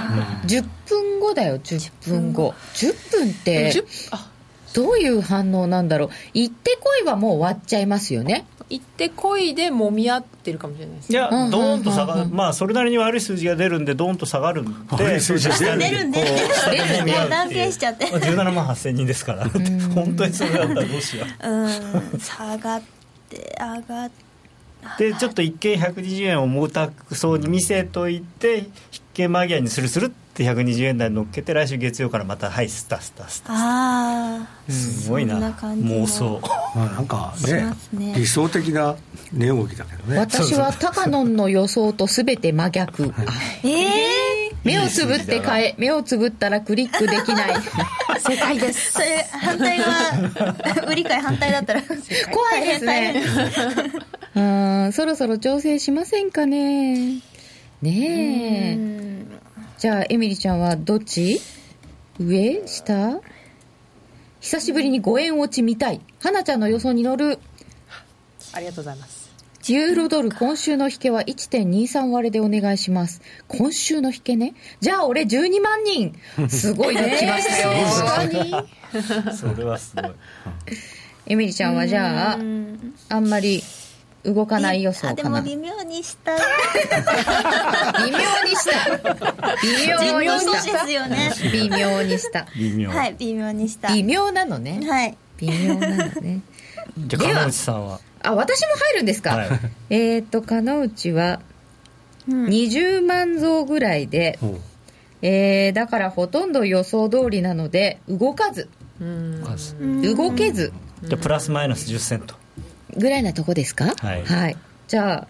Speaker 1: 10分後だよ10分後10分って
Speaker 5: 10あ
Speaker 1: どういう反応なんだろう行ってこいはもう終わっちゃいますよね
Speaker 5: 行ってこいで揉み合ってるかもしれないです
Speaker 2: いや、
Speaker 1: うん
Speaker 2: ドーンと下が
Speaker 1: うんうんうん
Speaker 2: まあ、それなりに悪い数字が出るんで、ドーンと下がるん
Speaker 4: 悪
Speaker 2: で、
Speaker 4: い数字が出る
Speaker 3: 出るんで
Speaker 2: こう下で揉み合うっていう
Speaker 3: もう断定しちゃって
Speaker 2: 17万8000人ですから、 本当にそれだったらどうしよう。
Speaker 3: う ーん下がって上がって
Speaker 2: で、ちょっと一見120円を重たくそうに見せといて、引け間際にスルスルって120円台に乗っけて、来週月曜からまた、はい、スタスタスタ。
Speaker 3: ああ
Speaker 2: すごいな
Speaker 3: そんな感じの
Speaker 2: 妄 想
Speaker 4: まあなんか
Speaker 3: し
Speaker 4: ね
Speaker 3: ますね
Speaker 4: 理想的な値動きだけどね
Speaker 1: 私は高野の予想と全て真逆
Speaker 3: ええ
Speaker 1: 目をつぶって買え目をつぶったらクリックできない
Speaker 5: 正解です
Speaker 3: それ反対は 売り買い反対だった ら
Speaker 1: 怖いです
Speaker 3: 大変大
Speaker 1: ね
Speaker 3: 変
Speaker 1: うーんそろそろ調整しませんかねねえじゃあエミリちゃんはどっち上下久しぶりに五円落ち見たい花ちゃんの予想に乗る
Speaker 5: ありがとうございます
Speaker 1: ユーロドル今週の引けは1.23割れでお願いします今週の引けねじゃあ俺12万人すごいの来ました よ、
Speaker 2: それはすごい。
Speaker 1: エミリちゃんはじゃああんまり動かない予想
Speaker 3: で
Speaker 1: か
Speaker 3: も
Speaker 1: な
Speaker 3: 微
Speaker 1: 微
Speaker 3: 妙にした
Speaker 1: 妙にした 微妙にし
Speaker 3: ですよね
Speaker 1: た微妙にした
Speaker 2: 微妙。
Speaker 3: はい微妙にした
Speaker 1: 微妙なのね
Speaker 3: はい
Speaker 1: 微妙なのね
Speaker 2: じゃあ、
Speaker 1: では
Speaker 2: 金内さんは。
Speaker 1: あ私も入るんですか、
Speaker 2: はい
Speaker 1: えっ、ー、と金内は20万増ぐらいで、
Speaker 4: うん
Speaker 1: えーだからほとんど予想通りなので動かず
Speaker 5: うん
Speaker 1: 動けず
Speaker 2: じゃあ、プラスマイナス10セント。
Speaker 1: ぐらいなとこですか
Speaker 2: はい
Speaker 1: じゃあ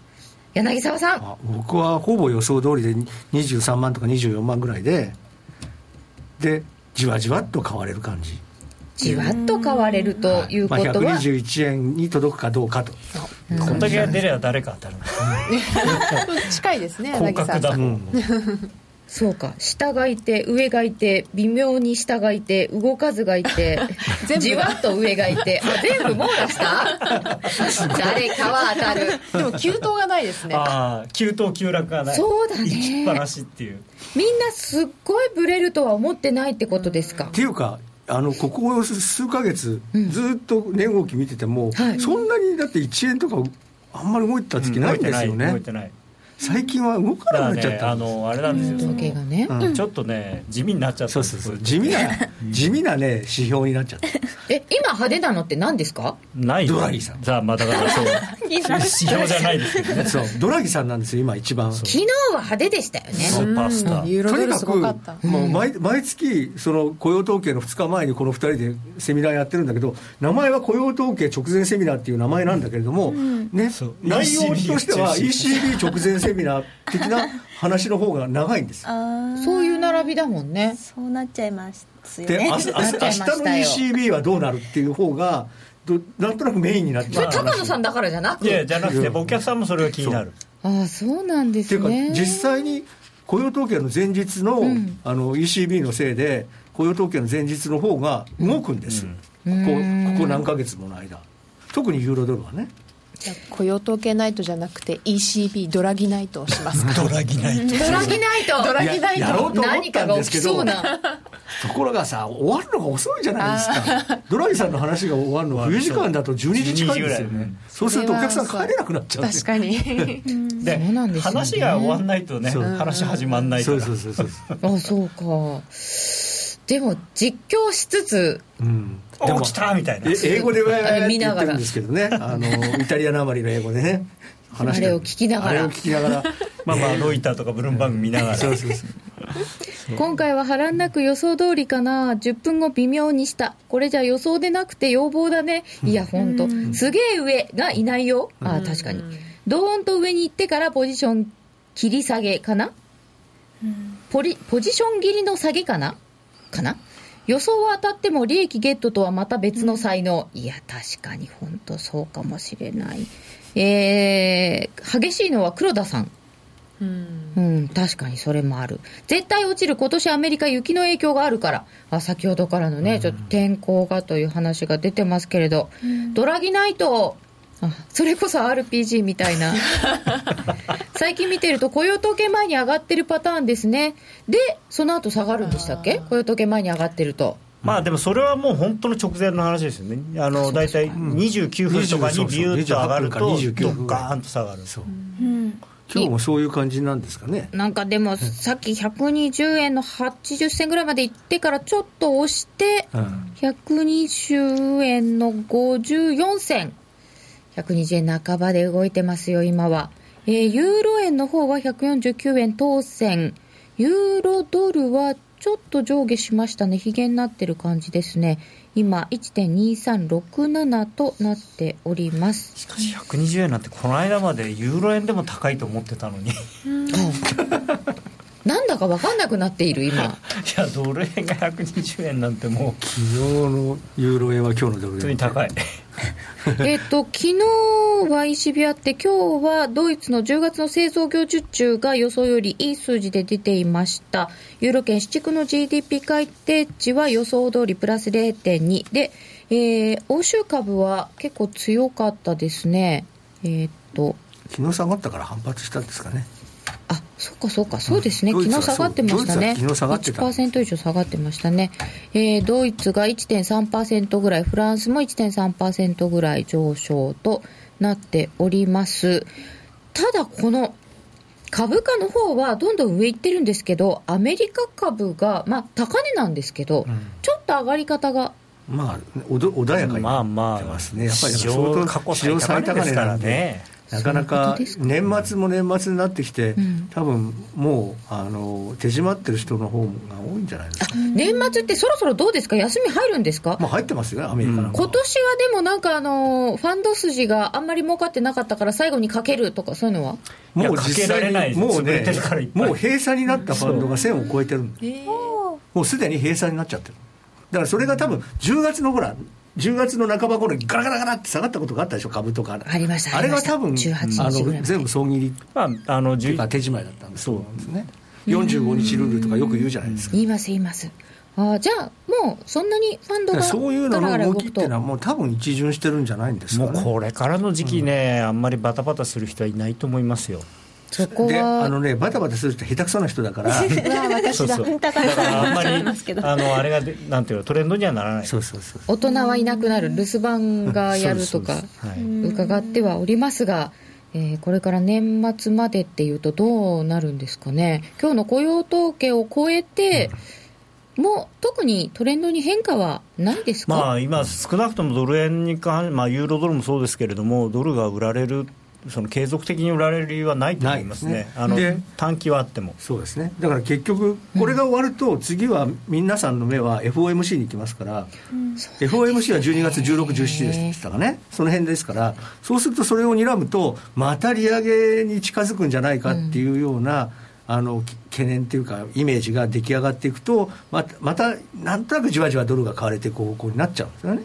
Speaker 1: 柳沢さん
Speaker 4: あ僕はほぼ予想通りで23万とか24万ぐらいででじわじわっと買われる感じ
Speaker 1: じわっと買われるというこ
Speaker 4: まあ、
Speaker 1: とは、
Speaker 4: 121円に届くかどうかと、
Speaker 2: こんだけ出れば誰か当たる。
Speaker 5: 近いですね
Speaker 2: 広
Speaker 5: 柳
Speaker 2: 角
Speaker 5: さん
Speaker 2: だ
Speaker 4: う
Speaker 2: もん。
Speaker 4: ん、
Speaker 1: そうか下がいて上がいて微妙に下がいて動かずがいて
Speaker 5: 全部だ
Speaker 1: じわっと上がいてあ全部網羅した誰かは当たる
Speaker 5: でも給湯がないですね
Speaker 2: ああ、急騰急落がない。
Speaker 1: そうだね
Speaker 2: 行きっぱなしっていう。
Speaker 1: みんなすっごいブレるとは思ってないってことですか
Speaker 4: っていうかあのここ数ヶ月、ずっと値動き見てても、
Speaker 1: はい
Speaker 4: そんなにだって1円とかあんまり動いた月ないんですよね、
Speaker 2: 動いてない。
Speaker 4: 最近は動か
Speaker 2: だから
Speaker 4: なくなっちゃ
Speaker 2: ね、
Speaker 4: っ
Speaker 2: あ
Speaker 4: たんです
Speaker 2: のあれなんですよ。
Speaker 1: 時計がね、
Speaker 4: うん
Speaker 2: ちょっとね地味になっちゃった
Speaker 4: そ
Speaker 2: ん
Speaker 4: う
Speaker 2: です
Speaker 4: そうそう地味な地味なね指標になっちゃった
Speaker 1: え今派手なのって何ですか
Speaker 2: ない
Speaker 4: ドラギさん
Speaker 2: さあまあだから そう指標じゃないですけどね
Speaker 4: そうドラギさんなんですよ今一番
Speaker 1: 昨日は派手でしたよね
Speaker 2: スーパースター
Speaker 5: ユーロ
Speaker 4: と
Speaker 5: ド
Speaker 4: に
Speaker 5: ル
Speaker 4: か
Speaker 5: す
Speaker 4: く
Speaker 5: ごかった
Speaker 4: もう毎毎月その雇用統計の2日前にこの2人でセミナーやってるんだけど名前は雇用統計直前セミナーっていう名前なんだけれども、ね
Speaker 2: そう、
Speaker 4: 内容としては
Speaker 2: ECB
Speaker 4: ECB 直前セミナー的な話の方が長いんですよ
Speaker 3: ああ
Speaker 1: そういう並びだもんね
Speaker 3: そうなっちゃいますよ
Speaker 4: で
Speaker 3: ね
Speaker 4: 明日明
Speaker 1: なっ
Speaker 4: 日
Speaker 1: ちゃいましたよ
Speaker 4: 明日の ECB はどうなるっていう方がどなんとなくメインになって
Speaker 1: それ
Speaker 4: る
Speaker 1: 高野さんだからじゃなく
Speaker 2: いやじゃなくてお客さんもそれが気になる
Speaker 1: ああそうなんで
Speaker 4: ってい
Speaker 1: す
Speaker 4: うか、
Speaker 1: ね
Speaker 4: 実際に雇用統計の前日の,、あの ECB のせいで、雇用統計の前日の方が動くんです、ここここ何ヶ月もの間、特にユーロドルはね。
Speaker 5: じゃあ雇用統計ナイトじゃなくて ECB ドラギナイトをしますか
Speaker 2: ドラギない
Speaker 1: ドラギナイト
Speaker 5: ドラギナイ
Speaker 4: やろ
Speaker 5: ト
Speaker 4: うと思っ
Speaker 1: 何か
Speaker 4: た
Speaker 1: が
Speaker 4: ん
Speaker 1: 起
Speaker 4: で
Speaker 1: き
Speaker 4: すけ
Speaker 1: そ
Speaker 4: ど
Speaker 1: うな
Speaker 4: ところがさ終わるのが遅いじゃないですかドラギさんの話が終わる の冬時間だと12時近いんです
Speaker 2: 12時
Speaker 4: よ
Speaker 2: ぐらい
Speaker 4: ねそうするとお客さん帰れなくなっちゃうんです
Speaker 5: 確かに
Speaker 2: で
Speaker 1: そうなんですよね
Speaker 2: 話が終わんないとね
Speaker 4: そう
Speaker 2: 話始まんないか
Speaker 4: そ
Speaker 2: ら
Speaker 4: うそうそうそう、
Speaker 1: あそうかでも実況しつつ
Speaker 4: うん、
Speaker 2: お来たみたいな
Speaker 4: え英語でわーって
Speaker 1: 見
Speaker 4: 言
Speaker 1: な
Speaker 4: っ
Speaker 1: が
Speaker 4: て
Speaker 1: ら
Speaker 4: るんですけどねあのイタリアなまりの英語でね話して
Speaker 1: あれを聞きながら
Speaker 4: あれを聞きながら
Speaker 2: まあまあロイターとかブルームバーグ見ながら
Speaker 4: そうそうそう
Speaker 1: 今回は波乱なく予想通りかな10分後微妙にしたこれじゃ予想でなくて要望だねいやほんとすげえ上がいないよあー確かにドーンと上に行ってからポジション切り下げかなポリポジション切りの下げかなかな予想は当たっても利益ゲットとはまた別の才能、いや確かに本当そうかもしれないえー、激しいのは黒田さん
Speaker 5: うん
Speaker 1: うん、確かにそれもある。絶対落ちる、今年アメリカ雪の影響があるから。あ、先ほどからのね、ちょっと天候がという話が出てますけれど、ドラギナイト、あそれこそ RPG みたいな。最近見てると雇用統計前に上がってるパターンですね。で、その後下がるんでしたっけ雇用統計前に上がってると。
Speaker 2: まあでもそれはもう本当の直前の話ですよね、あの大体29分とかにビューッと上がると、ド
Speaker 4: そうそう
Speaker 2: ッカーンと下がる、
Speaker 4: そう
Speaker 3: うん
Speaker 4: 今日もそういう感じなんですかね
Speaker 1: なんかでも、さっき120円の80銭ぐらいまで行ってからちょっと押して、
Speaker 4: うん
Speaker 1: 120円の54銭120円半ばで動いてますよ今は、えーユーロ円の方は149円当選ユーロドルはちょっと上下しましたねひげになってる感じですね今1.2367となっております
Speaker 2: しかし120円なんて、この間までユーロ円でも高いと思ってたのに、い
Speaker 1: なんだか分かんなくなっている今
Speaker 2: や、ドル円が120円なんてもう、
Speaker 4: 昨日のユーロ円は今日のドル円
Speaker 2: 本当に高い、
Speaker 1: えっと、昨日は石火あって、今日はドイツの10月の製造業受注が予想よりいい数字で出ていました。ユーロ圏市地区の GDP 改定値は予想通りプラス0.2で、えー欧州株は結構強かったですね。えーっと、
Speaker 4: 昨日下がったから反発したんですかね
Speaker 1: あそうかそうかそうですね、
Speaker 4: うん
Speaker 1: 昨日下がってましたね
Speaker 4: ドイツはそうドイツは昨日下がってた
Speaker 1: 1%以上下がってましたね、えードイツが1.3%ぐらいフランスも1.3%ぐらい上昇となっておりますただこの株価の方はどんどん上行ってるんですけどアメリカ株がまあ高値なんですけど、ちょっと上がり方が
Speaker 4: まあおど穏やかに
Speaker 2: まあま
Speaker 4: なって
Speaker 2: あ、
Speaker 4: ますねやっぱり
Speaker 2: 史
Speaker 4: だから
Speaker 2: 上
Speaker 4: 相当
Speaker 2: 過去最高値ですからね。
Speaker 4: なかなか年末も年末になってきて、
Speaker 1: ん
Speaker 4: 多分もうあの手締まってる人の方が多いんじゃないですか、
Speaker 1: 年末ってそろそろどうですか休み入るんですか
Speaker 4: まあ、入ってますよねアメリカなんかは
Speaker 1: 今年はでもなんかあのファンド筋があんまり儲かってなかったから最後にかけるとかそういうのは
Speaker 4: も
Speaker 2: いや
Speaker 4: う
Speaker 2: かけ
Speaker 4: 実
Speaker 2: られな
Speaker 4: 際
Speaker 2: い
Speaker 4: にもう
Speaker 2: 潰れ
Speaker 4: ね
Speaker 2: てるからいっぱい
Speaker 4: もう閉鎖になったフ ァンドが1000を超えてるんで
Speaker 5: えー
Speaker 4: もうすでに閉鎖になっちゃってるだからそれが多分10月のほら10月の半ば頃にガラガラガラって下がったことがあったでしょ株とか
Speaker 1: ありました
Speaker 4: あれが多
Speaker 1: あり
Speaker 4: 分
Speaker 1: ました18
Speaker 4: あ
Speaker 1: 日ぐらいまで
Speaker 4: の全部総切りっ
Speaker 2: まあ、あの
Speaker 4: ていうか
Speaker 2: 11
Speaker 4: 手締まいだったんですそうですね45日ルールとかよく言うじゃないですか
Speaker 1: 言います言いますあーじゃあもうそんなにファンド
Speaker 4: だか
Speaker 1: が
Speaker 4: らそういう
Speaker 1: ガラ
Speaker 4: の
Speaker 1: ガ
Speaker 4: の
Speaker 1: ラ動
Speaker 4: 動き
Speaker 1: く
Speaker 4: って
Speaker 1: と
Speaker 4: いうのはもう多分一巡してるんじゃないんです
Speaker 2: も
Speaker 4: か
Speaker 2: う
Speaker 4: ね
Speaker 2: これからの時期ね、あんまりバタバタする人はいないと思いますよ。
Speaker 1: そこ
Speaker 4: であ
Speaker 1: は
Speaker 4: のねバタバタする人下手くそな人だ から
Speaker 3: うわ私だ
Speaker 2: そうそう
Speaker 3: 高橋
Speaker 2: だからあん
Speaker 3: さんにな
Speaker 2: ま
Speaker 3: っちゃい
Speaker 2: り
Speaker 3: ますけど
Speaker 2: あのあれがでなんていうのトレンドにはならない
Speaker 4: そうそうそう
Speaker 1: 大人はいなくなる留守番がやると
Speaker 4: そ
Speaker 1: か
Speaker 4: うです
Speaker 2: はい
Speaker 1: 伺ってはおりますが、えーこれから年末までっていうとどうなるんですかね今日の雇用統計を超えて、もう特にトレンドに変化はないですか、
Speaker 2: まあ、今、少なくともドル円に関、まあ、ユーロドルもそうですけれども、ドルが売られる、その継続的に売られる理由はないと思いますね、
Speaker 4: ないですね
Speaker 2: あの
Speaker 4: で
Speaker 2: 短期はあっても。
Speaker 4: そうですねだから結局これが終わると次は皆さんの目は FOMC に行きますから、FOMC は12月1617でしたかねその辺ですからそうするとそれを睨むとまた利上げに近づくんじゃないかっていうような、あのき懸念っていうかイメージが出来上がっていくとまたまたなんとなくじわじわドルが買われていく方向になっちゃうんですよね。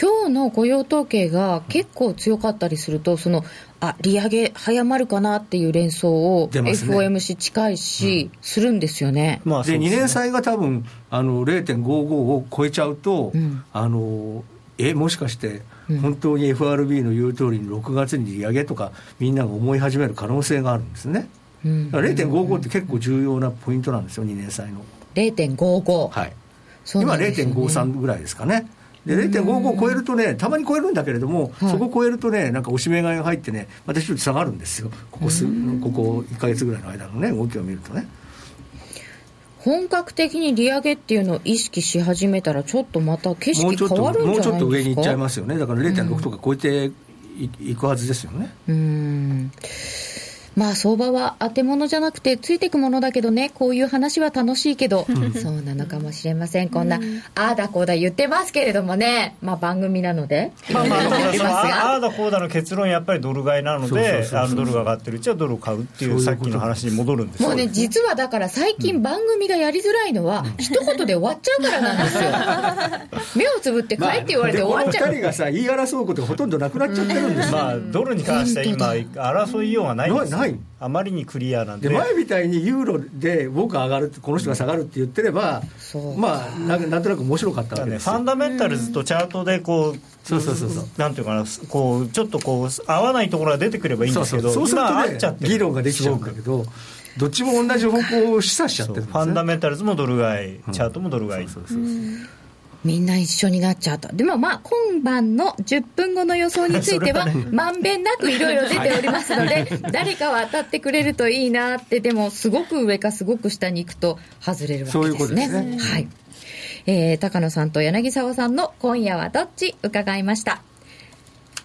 Speaker 1: 今日の雇用統計が結構強かったりすると、そのあ利上げ早まるかなっていう連想を
Speaker 4: 出ますね
Speaker 1: FOMC 近いし、するんですよね。
Speaker 2: まあ、
Speaker 4: で
Speaker 2: そう
Speaker 4: 2
Speaker 2: すね
Speaker 4: 年債が多分あの0.55を超えちゃうと、
Speaker 1: うん
Speaker 4: あのえもしかして
Speaker 1: うん
Speaker 4: 本当に FRB の言う通りに6月に利上げとかみんなが思い始める可能性があるんですね
Speaker 1: うん
Speaker 4: だから0.55って結構重要なポイントなんですよ2年債の
Speaker 1: 0.55、
Speaker 4: はい
Speaker 1: そう
Speaker 4: 今
Speaker 1: なんですよね
Speaker 4: 0.53ぐらいですかねで0.55を超えるとねたまに超えるんだけれども、
Speaker 1: はい
Speaker 4: そこを超えるとねなんかおしめ買いが入ってねまたちょっと下がるんですよここ数ここ1か月ぐらいの間のね動きを見るとね
Speaker 1: 本格的に利上げっていうのを意識し始めたら、ちょっとまた景
Speaker 4: もう
Speaker 1: 色
Speaker 4: ちょっと
Speaker 1: 変わるん
Speaker 4: も
Speaker 1: じ
Speaker 4: う
Speaker 1: ゃ
Speaker 4: ちょ
Speaker 1: ない
Speaker 4: っと上
Speaker 1: で
Speaker 4: に
Speaker 1: す
Speaker 4: 行っちゃい
Speaker 1: か
Speaker 4: ま。すよねだから0.6とか超えてい,、くはずですよね
Speaker 1: うーんまあ相場は当て物じゃなくてついてくものだけどねこういう話は楽しいけどそうなのかもしれませんこんなああだこうだ言ってますけれどもねまあ番組なので
Speaker 2: まあまあ、た
Speaker 1: あ
Speaker 2: だ
Speaker 1: り
Speaker 2: そ
Speaker 1: ます
Speaker 2: のああ
Speaker 1: が
Speaker 2: ーだこうだの結論、やっぱりドル買いなの
Speaker 4: そうそうそう
Speaker 2: で、
Speaker 4: そう
Speaker 2: あのドルが上がってるうちはドルを買うっていう、
Speaker 4: そう
Speaker 2: さ
Speaker 4: いう
Speaker 2: っ
Speaker 4: こと
Speaker 2: きの話に戻るんです
Speaker 1: もう
Speaker 2: よ。
Speaker 1: ね実はだから最近番組がやりづらいのは一言で終わっちゃうからなんです よ目をつぶって帰って言われて
Speaker 4: で
Speaker 1: 終わっちゃ
Speaker 4: この
Speaker 1: う
Speaker 4: 二人がさ言い争うことがほとんどなくなっちゃってるんですよ、
Speaker 2: まあ、ドルに関しては今、争いようがないんですよ
Speaker 4: ないない
Speaker 2: あまりにクリアなん
Speaker 4: で
Speaker 2: で、
Speaker 4: 前みたいにユーロで僕が上がるこの人が下がるって言ってれば
Speaker 1: そう
Speaker 4: まあなんなんとなく面白かった
Speaker 2: だか
Speaker 4: わ
Speaker 2: ら
Speaker 4: け
Speaker 2: ね
Speaker 4: です
Speaker 2: ファ
Speaker 4: よ
Speaker 2: ンダメンタルズとチャートでこう、
Speaker 4: そうそうそうそう
Speaker 2: なんていうかな、こうちょっとこう合わないところが出てくればいいん
Speaker 4: そ
Speaker 2: で
Speaker 4: う
Speaker 2: す
Speaker 4: そ
Speaker 2: け
Speaker 4: う
Speaker 2: ど、
Speaker 4: そうする
Speaker 2: 今、合
Speaker 4: と
Speaker 2: っちゃっ
Speaker 4: ね
Speaker 2: てる
Speaker 4: 議論ができちゃうんだけどどっちも同じ方向を示唆しちゃってるんです
Speaker 2: フ
Speaker 4: ね
Speaker 2: ァンダメンタルズもドル買い、チャートもドル買い、
Speaker 1: みんな一緒になっちゃった。でもまあ、今晩の10分後の予想については、まんべんなくいろいろ出ておりますので、誰かは当たってくれるといいなって、でも、すごく上かすごく下に行くと外れるわけですね。
Speaker 4: そういうことですね
Speaker 1: はい。えー、高野さんと柳沢さんの今夜はどっち伺いました。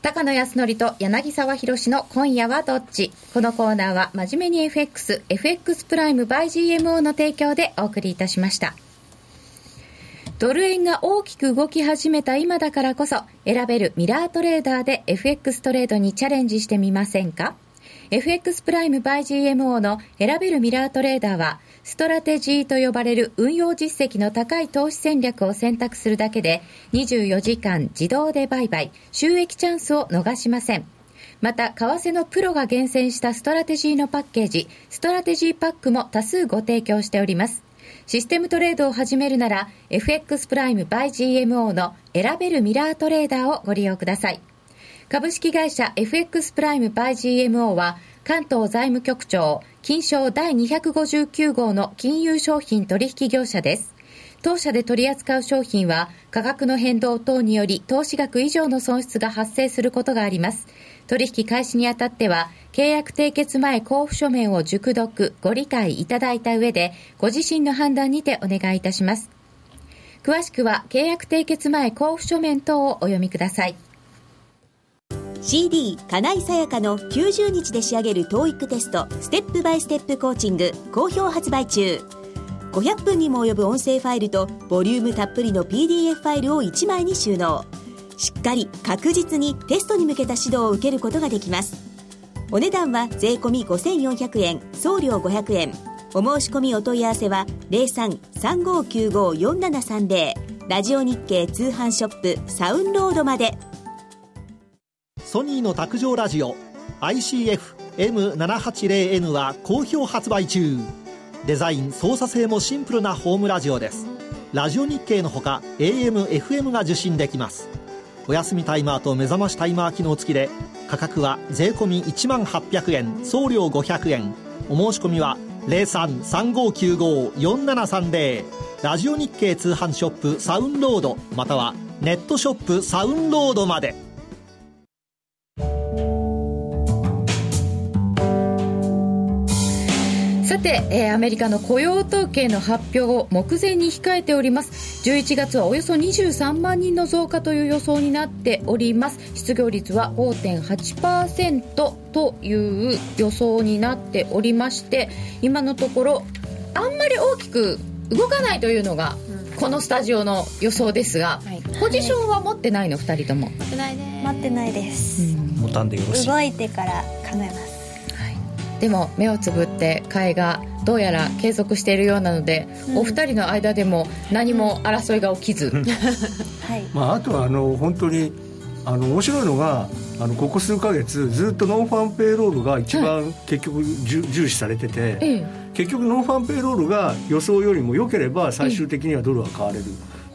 Speaker 1: 高野康則と柳沢博の今夜はどっちこのコーナーは真面目に FX、FX プライム by GMO の提供でお送りいたしました。ドル円が大きく動き始めた今だからこそ選べるミラートレーダーで FX トレードにチャレンジしてみませんか FX プライム by GMO の選べるミラートレーダーはストラテジーと呼ばれる運用実績の高い投資戦略を選択するだけで24時間自動で売買収益チャンスを逃しませんまた為替のプロが厳選したストラテジーのパッケージストラテジーパックも多数ご提供しておりますシステムトレードを始めるなら FX プライム by GMO の選べるミラートレーダーをご利用ください株式会社 FX プライム by GMO は関東財務局長金賞第259号の金融商品取引業者です当社で取り扱う商品は価格の変動等により投資額以上の損失が発生することがあります取引開始にあたっては契約締結前交付書面を熟読ご理解いただいた上でご自身の判断にてお願いいたします詳しくは契約締結前交付書面等をお読みください
Speaker 7: CD 金井さやかの90日で仕上げる TOEIC テストステップバイステップコーチング好評発売中500分にも及ぶ音声ファイルとボリュームたっぷりの PDF ファイルを1枚に収納しっかり確実にテストに向けた指導を受けることができますお値段は税込5400円送料500円お申し込みお問い合わせは0335954730ラジオ日経通販ショップサウンロードまで
Speaker 8: ソニーの卓上ラジオ ICFM780N は好評発売中デザイン操作性もシンプルなホームラジオですラジオ日経のほか AMFM が受信できますお休みタイマーと目覚ましタイマー機能付きで価格は税込1万800円送料500円お申し込みは0335954730ラジオ日経通販ショップサウンロードまたはネットショップサウンロードまで
Speaker 1: さて、えーアメリカの雇用統計の発表を目前に控えております11月はおよそ23万人の増加という予想になっております失業率は5.8%という予想になっておりまして今のところあんまり大きく動かないというのがこのスタジオの予想ですが、
Speaker 5: はい
Speaker 1: ポジションは持ってないの2人とも、
Speaker 3: 待ってないです
Speaker 2: ボタンでよろしい。
Speaker 3: 動いてから考えます
Speaker 1: でも目をつぶって買いがどうやら継続しているようなので、お二人の間でも何も争いが起きず、
Speaker 3: はい
Speaker 4: まあ、あとはあの本当にあの面白いのがあのここ数か月ずっとノンファンペイロールが一番結局重,、重視されてて、
Speaker 1: ええ
Speaker 4: 結局ノンファンペイロールが予想よりも良ければ最終的にはドルは買われる、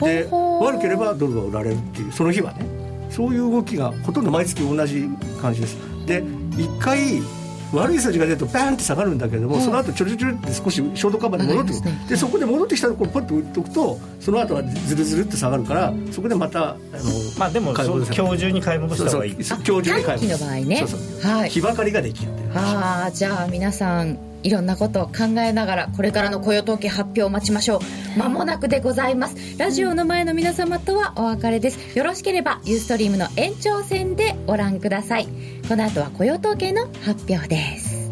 Speaker 4: で
Speaker 1: ほほー
Speaker 4: 悪ければドルは売られるっていうその日はねそういう動きがほとんど毎月同じ感じですで一回悪い数字が出るとバーンって下がるんだけども、その後ちょろちょろって少しショートカバーで戻ってくる
Speaker 1: 上がりますね
Speaker 4: でそこで戻ってきたところをポッと打っておくとその後はずるずるっと下がるからそこでまたあの
Speaker 2: まあでも、
Speaker 4: 買い
Speaker 2: そ
Speaker 4: 戻
Speaker 2: う
Speaker 4: せる
Speaker 2: 今日中に買い戻し
Speaker 4: そう
Speaker 2: た
Speaker 4: そ
Speaker 2: 方
Speaker 4: う
Speaker 2: がいい。
Speaker 4: 今日中に買
Speaker 1: 短
Speaker 4: い
Speaker 1: 期の
Speaker 4: 戻す
Speaker 1: 場合ね
Speaker 4: そうそう
Speaker 1: はい
Speaker 4: 日ばかりができるっていう
Speaker 1: ああじゃあ皆さんいろんなことを考えながらこれからの雇用統計発表を待ちましょう間もなくでございますラジオの前の皆様とはお別れですよろしければユーストリームの延長戦でご覧くださいこの後は雇用統計の発表です